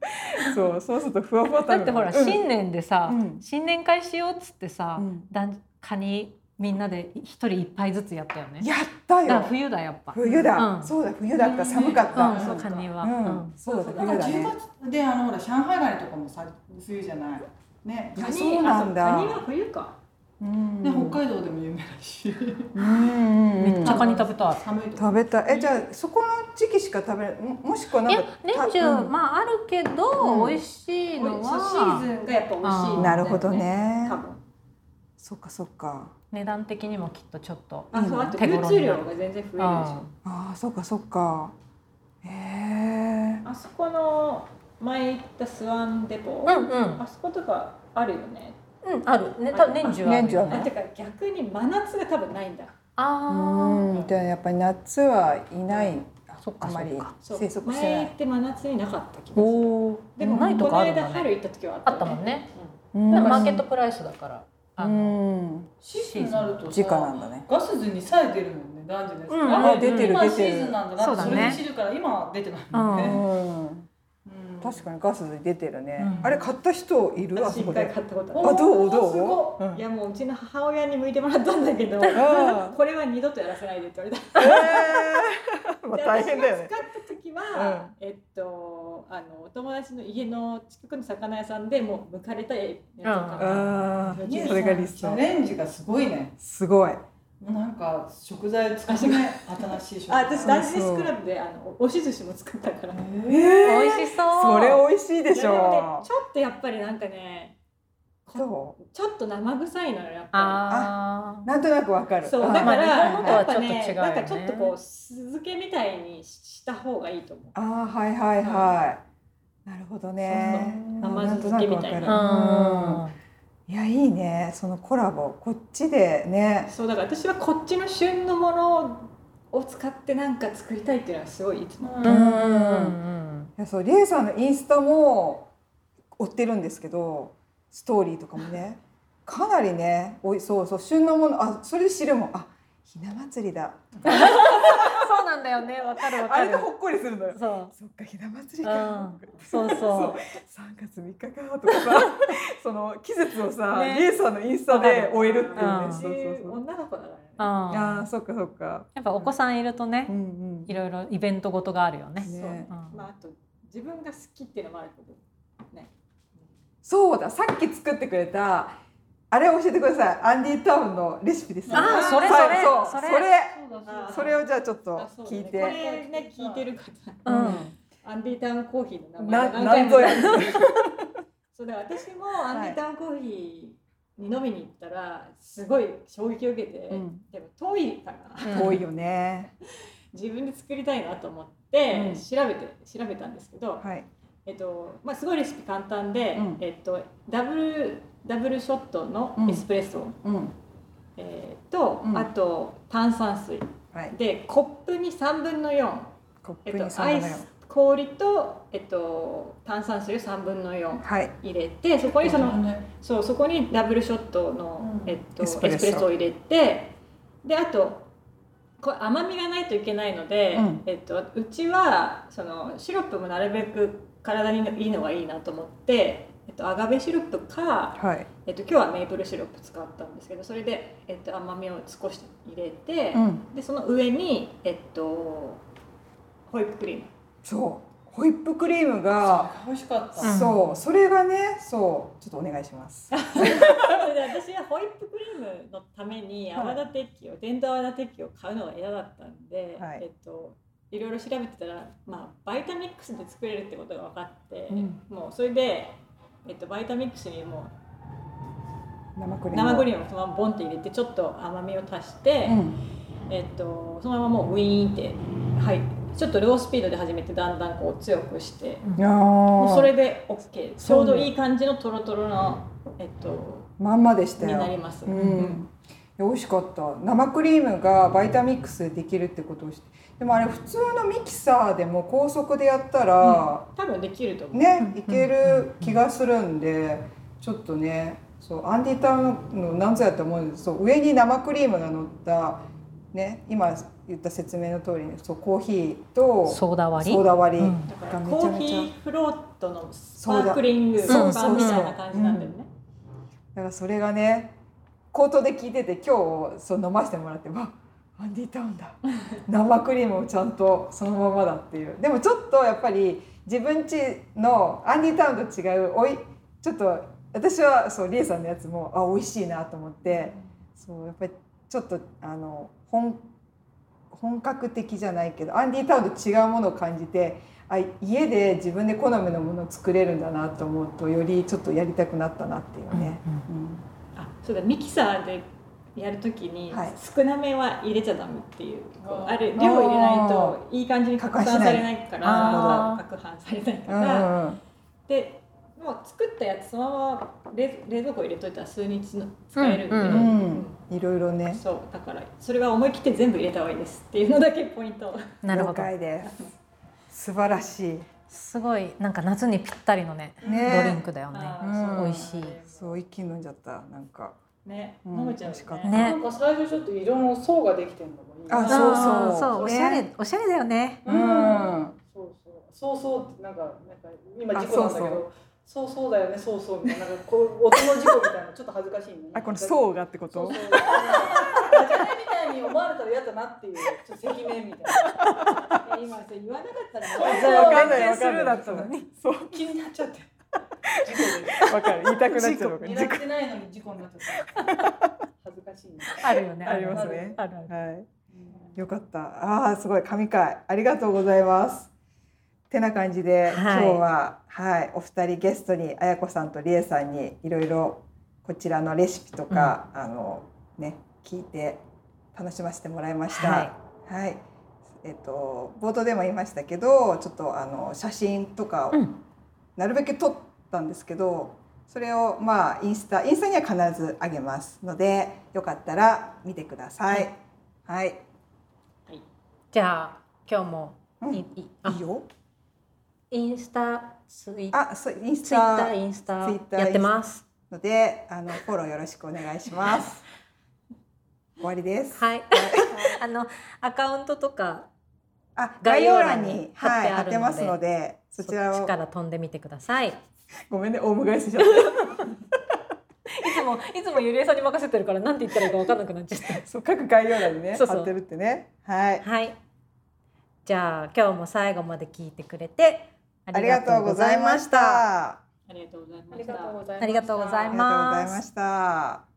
A: そうそうするとふわふわタ
B: だ
A: イ
B: っ
A: ム。
B: てほら、
A: うん
B: 新年でさ、
A: うん
B: 新年会しようっつってさ、
A: うん
B: だんカニみんなで一人一杯ずつやったよね。
A: やった
B: だから
A: よ。
B: 冬だやっぱ。
A: 冬だ
B: う。ん
A: そうだ冬だった寒かっ
B: うん、
A: た。
B: そうカニは。う
A: うん
B: ん。
A: そうだ
D: なんか
A: 冬だ
D: 10
A: ね。
D: 月であのほら上海ガニとかもさ冬じゃないね
A: いや
C: カニ
A: そうなんだ
C: あそうカニは冬か
A: うん
D: ね北海道でも有名だし
A: うん
B: めっちゃカニ食べたい。
D: 寒いとこ
A: 食べたいえじゃあそこの時期しか食べれももしくはなん
B: い
A: か
B: や年中、
A: たうん
B: まああるけど、
A: うん
B: 美味しい
C: そう
B: の
C: シ
B: は
C: ーズンがやっぱ美味しいんだよ
B: あー
C: ね
A: なるほどね
C: 多分
A: そっかそっか
B: 値段的にもきっとちょっと。
C: あそうあと
B: 手
C: 流
B: 頃
C: 通
B: に
C: 量
B: なる
C: が全然増えるでし
B: う
C: ょ
B: ん。
A: あーそっかそっかへえ
C: あそこの前行ったスワンデポ、
B: うんうん
C: あそことかあるよね
B: うんあるね多分年中あるよね。
A: 年中ある
C: あてか逆に真夏が多分ないんだ
B: あ
A: う
B: ー
A: んじゃあやっぱり夏はいない
B: そっか
A: あまり
B: そっか
C: そう
A: 生息してな
C: 前行
A: い
C: って真夏になかった気がする
B: おお。
C: でも
B: な
C: こ
B: いと
C: の
B: かあるん
C: 間
B: だね
C: 春。行った時は
B: あったもんね。
A: うん
B: なんかマーケットプライスだから。あ
A: う
B: の
A: ん
D: シーズンになるとさ
A: 時価なんだね
D: ガスズにさえ出るもんね男女です
B: うん
D: あ
B: あ出てる
D: 今
A: 出てる
D: シーズンなん
B: そ
D: だ
B: うだ
D: な
B: ね
D: それに知るから今は出てないもん
A: う
D: ね
A: ん
D: うん
A: 確かにガスで出てるね
B: うん
A: あれ買った人いるあ
C: 私
A: そ
C: 一
A: こ
C: 回
A: で
C: 買ったことある
A: あどうどう
D: すご
A: う
C: い
A: ん
C: やもううちの母親に向いてもらったんだけど
A: ん
C: これは二度とやらせないでって言われた
A: えー (laughs) まあ
C: で
A: 大変だよね
C: 私が使った時は、えっとあのお友達の家の近くの魚屋さんでもう剥かれたやつを買った
A: あ
C: ニュー
A: あ
C: ス
A: それが理
D: チャ
A: 想
D: レンジがすごいね
A: すごい
D: もうなんか食材使ってね新しい食
C: あ
D: 材
C: 私ダンススクラブであのお押し寿司も作ったから、
A: えー
B: 美味しそう。
A: それ美味しいでし
C: いやで
A: ょ
C: もねちょっとやっぱりなんかね
A: そ
C: ちょっと生臭いのよやっぱ
B: あ
A: うなんとなくわか
C: り
A: る
C: そう
A: あ
C: だか
B: ま
C: ら
B: あ日本のと
C: や
B: は
C: っぱね
B: ちょっと違うよね
C: なんかちょっとこう酢漬けみたいにした方がいいと思う
A: あーはいはいはいなるほどね
C: そうそう
A: なんとなくわかる
C: 甘酢漬けみたい
A: うん
B: あ。
A: いやいいねそのコラボこっちでね
C: そうだから私はこっちの旬のものを使ってなんか作りたいっていうのはすごいいつも
B: うん。
A: ん
B: うん。
A: いやそうリエさんのインスタも追ってるんですけどストーリーとかもねかなりねおいそうそう旬のものあそれで知るもんあひな祭りだ
B: そうなんだよね。わかるわ
A: あ
B: か
A: れで
B: る。
A: ほっこりするのよ
B: そう。
A: そっかひな祭り
B: う
A: か
B: ん。そうそう。
A: 3月3日かとかさ (laughs) その季節をさ、
B: ね
A: リエさんのインスタで終えるっていうね、
B: うん
A: そうそうそう
C: 女の子だからね
B: うん。
A: ああ
B: や
A: そっかそっか
B: っぱお子さんいるとね
A: う、ん
B: いろいろイベントごとがあるよね。
A: ね
B: うん
C: まあ、あと自分が好きっていうのもあるけど、ね、
A: そうださっき作ってくれたあれを教えてください。アンディタウンのレシピです、ね。
B: あーそれ
A: はいそ
B: それ
A: うそれ
D: そうだ
A: それをじゃあちょっと
C: あそうだ
A: 聞
C: ね
A: い
C: こ
A: て。
C: れね聞いてる方
A: う
B: う
A: ん
B: ん
C: アンディタウンコーヒーの
A: な
C: 名前
A: な
C: が何
A: んぞや
C: 回もそうだから私もアンディタウンコーヒーに飲みに行ったらすごい衝撃を受けて、
A: うん
C: でも遠いから
A: 多いよね。
C: (laughs) 自分で作りたいなと思っ
A: う
C: て、
A: ん
C: 調べて調べたんですけど、
A: はい。
C: えっとまあ、すごいレシピ簡単で、
A: うん
C: えっと、ダブルダブルショットのエスプレッソ、
A: うん。
C: えーと、
A: うん
C: あと炭酸水
A: はい。
C: でコップに3分の4、
A: コッ
C: え
A: プ
C: っ
A: に
C: と、
A: その
C: ア
A: よう
C: イス氷と、えっと、炭酸水を3分の4
A: はい。
C: 入れてそこにその、
D: ね
C: そうそこにダブルショットの、
D: うん
C: えっと、
A: エ
C: エ
A: ス
C: ス
A: プ
C: プ
A: レ
C: レ
A: ッ
C: ッ
A: ソ
C: ソを入れてであとこれ甘みがないといけないので、
A: うん
C: えっと、うちはそのシロップもなるべく体にいいのがいいなと思って、えっと、アガベシロップか、
A: はい。
C: えっと、今日はメープルシロップ使ったんですけどそれで、えっと、甘みを少し入れて、
A: うん。
C: でその上に、えっと、ホイップクリーム
A: そう。ホイップクリームが。
D: 美味しかった
B: うん
A: そう。それがね。そう。ちょっとお願いします。
C: で私はホイップクリームのために
A: はい
C: 泡立て器を電動泡立て器を買うのが嫌だったんで、
A: はい
C: えっと、いろいろ調べてたら、まあ、バイタミックスで作れるってことが分かって、
A: うん
C: もうそれで、えっと、バイタミックスにも
A: 生クリ
C: う
A: ーム。
C: 生クリ
A: ー
C: ームをそのままボンって入れてちょっと甘みを足して、
A: うん。
C: えっと、そのままもうウィーンって、はい、ちょっとロースピードで始めてだんだんこう強くして。
A: いやー
C: もうそれで OK ち
A: そ
C: ょ
A: う
C: う
A: ね
C: どいい感じのトロトロの、えっと、
A: まんまでした
C: に
A: よ。
C: なります、
A: うん、美味しかった生クリームがバイタミックスでできるってことをしてでもあれ普通のミキサーでも高速でやったら、
C: 多分できると思う、
A: ねいける気がするんでちょっとねそうアンディタウンの何ぞやと思うんですけどそう上に生クリームが乗った、ね、今言った説明の通りねそうコーヒーとソ
B: ソーダ割り
A: ーダ割り
B: うん
C: だか
A: が
C: ら
A: め
C: コ
A: ちゃ
C: ー
A: め
C: ヒ
A: ちゃ。
C: ーフロートのスパークリング
A: そう
B: だ
C: 版みたいな感じなんだよね。
A: だからそれがね口頭で聞いてて今日そう飲ませてもらってわアンディタウンだ生クリームをちゃんとそのままだっていうでもちょっとやっぱり自分家のアンディタウンと違うおいちょっと私はそうリエさんのやつもあ美味しいなと思ってそうやっぱりちょっとあの本本格的じゃないけどアンディタウンと違うものを感じてあ家で自分で好みのものを作れるんだなと思うとよりちょっとやりたくなったなっていうね。うん
C: あそうだミキサーでやるときに
A: はい
C: 少なめは入れちゃダメっていう、こ
D: あ
C: う
D: ー
C: ある量入れないといい感じに拡散されないから
B: あ
C: 攪拌されないか
A: う
C: ら、
A: んうん
C: でもう作ったやつそのまま冷冷蔵庫入れといたら数日の使えるんで、
B: うんう
A: うん、いろいろね。
C: そうだからそれは思い切って全部入れた方がいいですっていうのだけポイント
B: なるほ
A: 了
B: ど
A: 解です。素晴らしい。
B: すごいなんか夏にぴったりのね
A: ね
B: ドリンクだよね
A: うん
B: 美味しい
A: そう一気に飲んじゃった。なんか。
C: ね、
A: うん
C: 飲めちゃ
A: 美味しかった
C: う
B: ね
C: ね
D: なんか最初ちょっと色の層ができてんだもん
A: あそうそう
B: そうおしゃれおしゃれだよね
A: う。
D: うんんそうそうそうそうってなんかなんか今事故なんだけ
A: あ
D: どそうそうだよねそうそうみたいななんかこう音の事故みたいなちょっと恥ずかしいね
A: あこの
D: う
A: 層がってこ
D: そう
A: と (laughs)
D: そう。ダジャレみたいに思われたら嫌だなっていうちょっと赤面みたい
C: いや今それ言わなかったら
D: な
A: じゃあわかんな
D: 全
A: い
D: 然
A: わかんない
D: スルーだったのに
A: そう
D: 気になっちゃって事故で
A: わかる。言いたくなっちゃうのか。時
D: 狙ってないのに事故になっちゃった恥ずかしいね
B: あるよね
A: 間ありますね。
B: あるある
A: はい。よかった。ああーすごい神回ありがとうございます。てな感じで、
B: はい
A: 今日ははいお二人ゲストにあやこさんとりえさんにいろいろこちらのレシピとか、あのね聞いて楽しませてもらいました。
B: はい
A: はい。えっと冒頭でも言いましたけど、ちょっとあの写真とかを
B: うん
A: なるべく撮ったんですけど、それをまあインスタインスタには必ずあげますので、よかったら見てください。はい。
B: じゃあ今日もいいあ
A: いいよ。
B: インスタツイ
A: あ、そうインス
B: ツイッタ
A: タ
B: ーインスタ
A: ツイッター
B: やってます
A: ので、あのフォローよろしくお願いします。
B: (laughs)
A: 終わりです。
B: はい (laughs) あのアカウントとか
A: あ、概
B: 概要
A: 要欄
B: 欄
A: に
B: に
A: はい
B: 貼
A: 貼
B: っ
A: ってて
B: あ
A: ま
B: るのです
A: ので、そちら
B: そっ
A: を
B: ちから飛んでみてくださいい
A: ごめんね、オウム返ししちゃった。
B: つもいつもゆりえさんに任せてるからなんて言ったらいいか分かんなくなっちゃった (laughs)
A: そう各概要欄にね
B: そうそう
A: 貼ってるってね。はい。
B: はい。じゃあ今日も最後まで聞いてくれて
A: ありがとうございました。
E: りがとうございました。
C: ありがとうござい
D: ありがとうございました。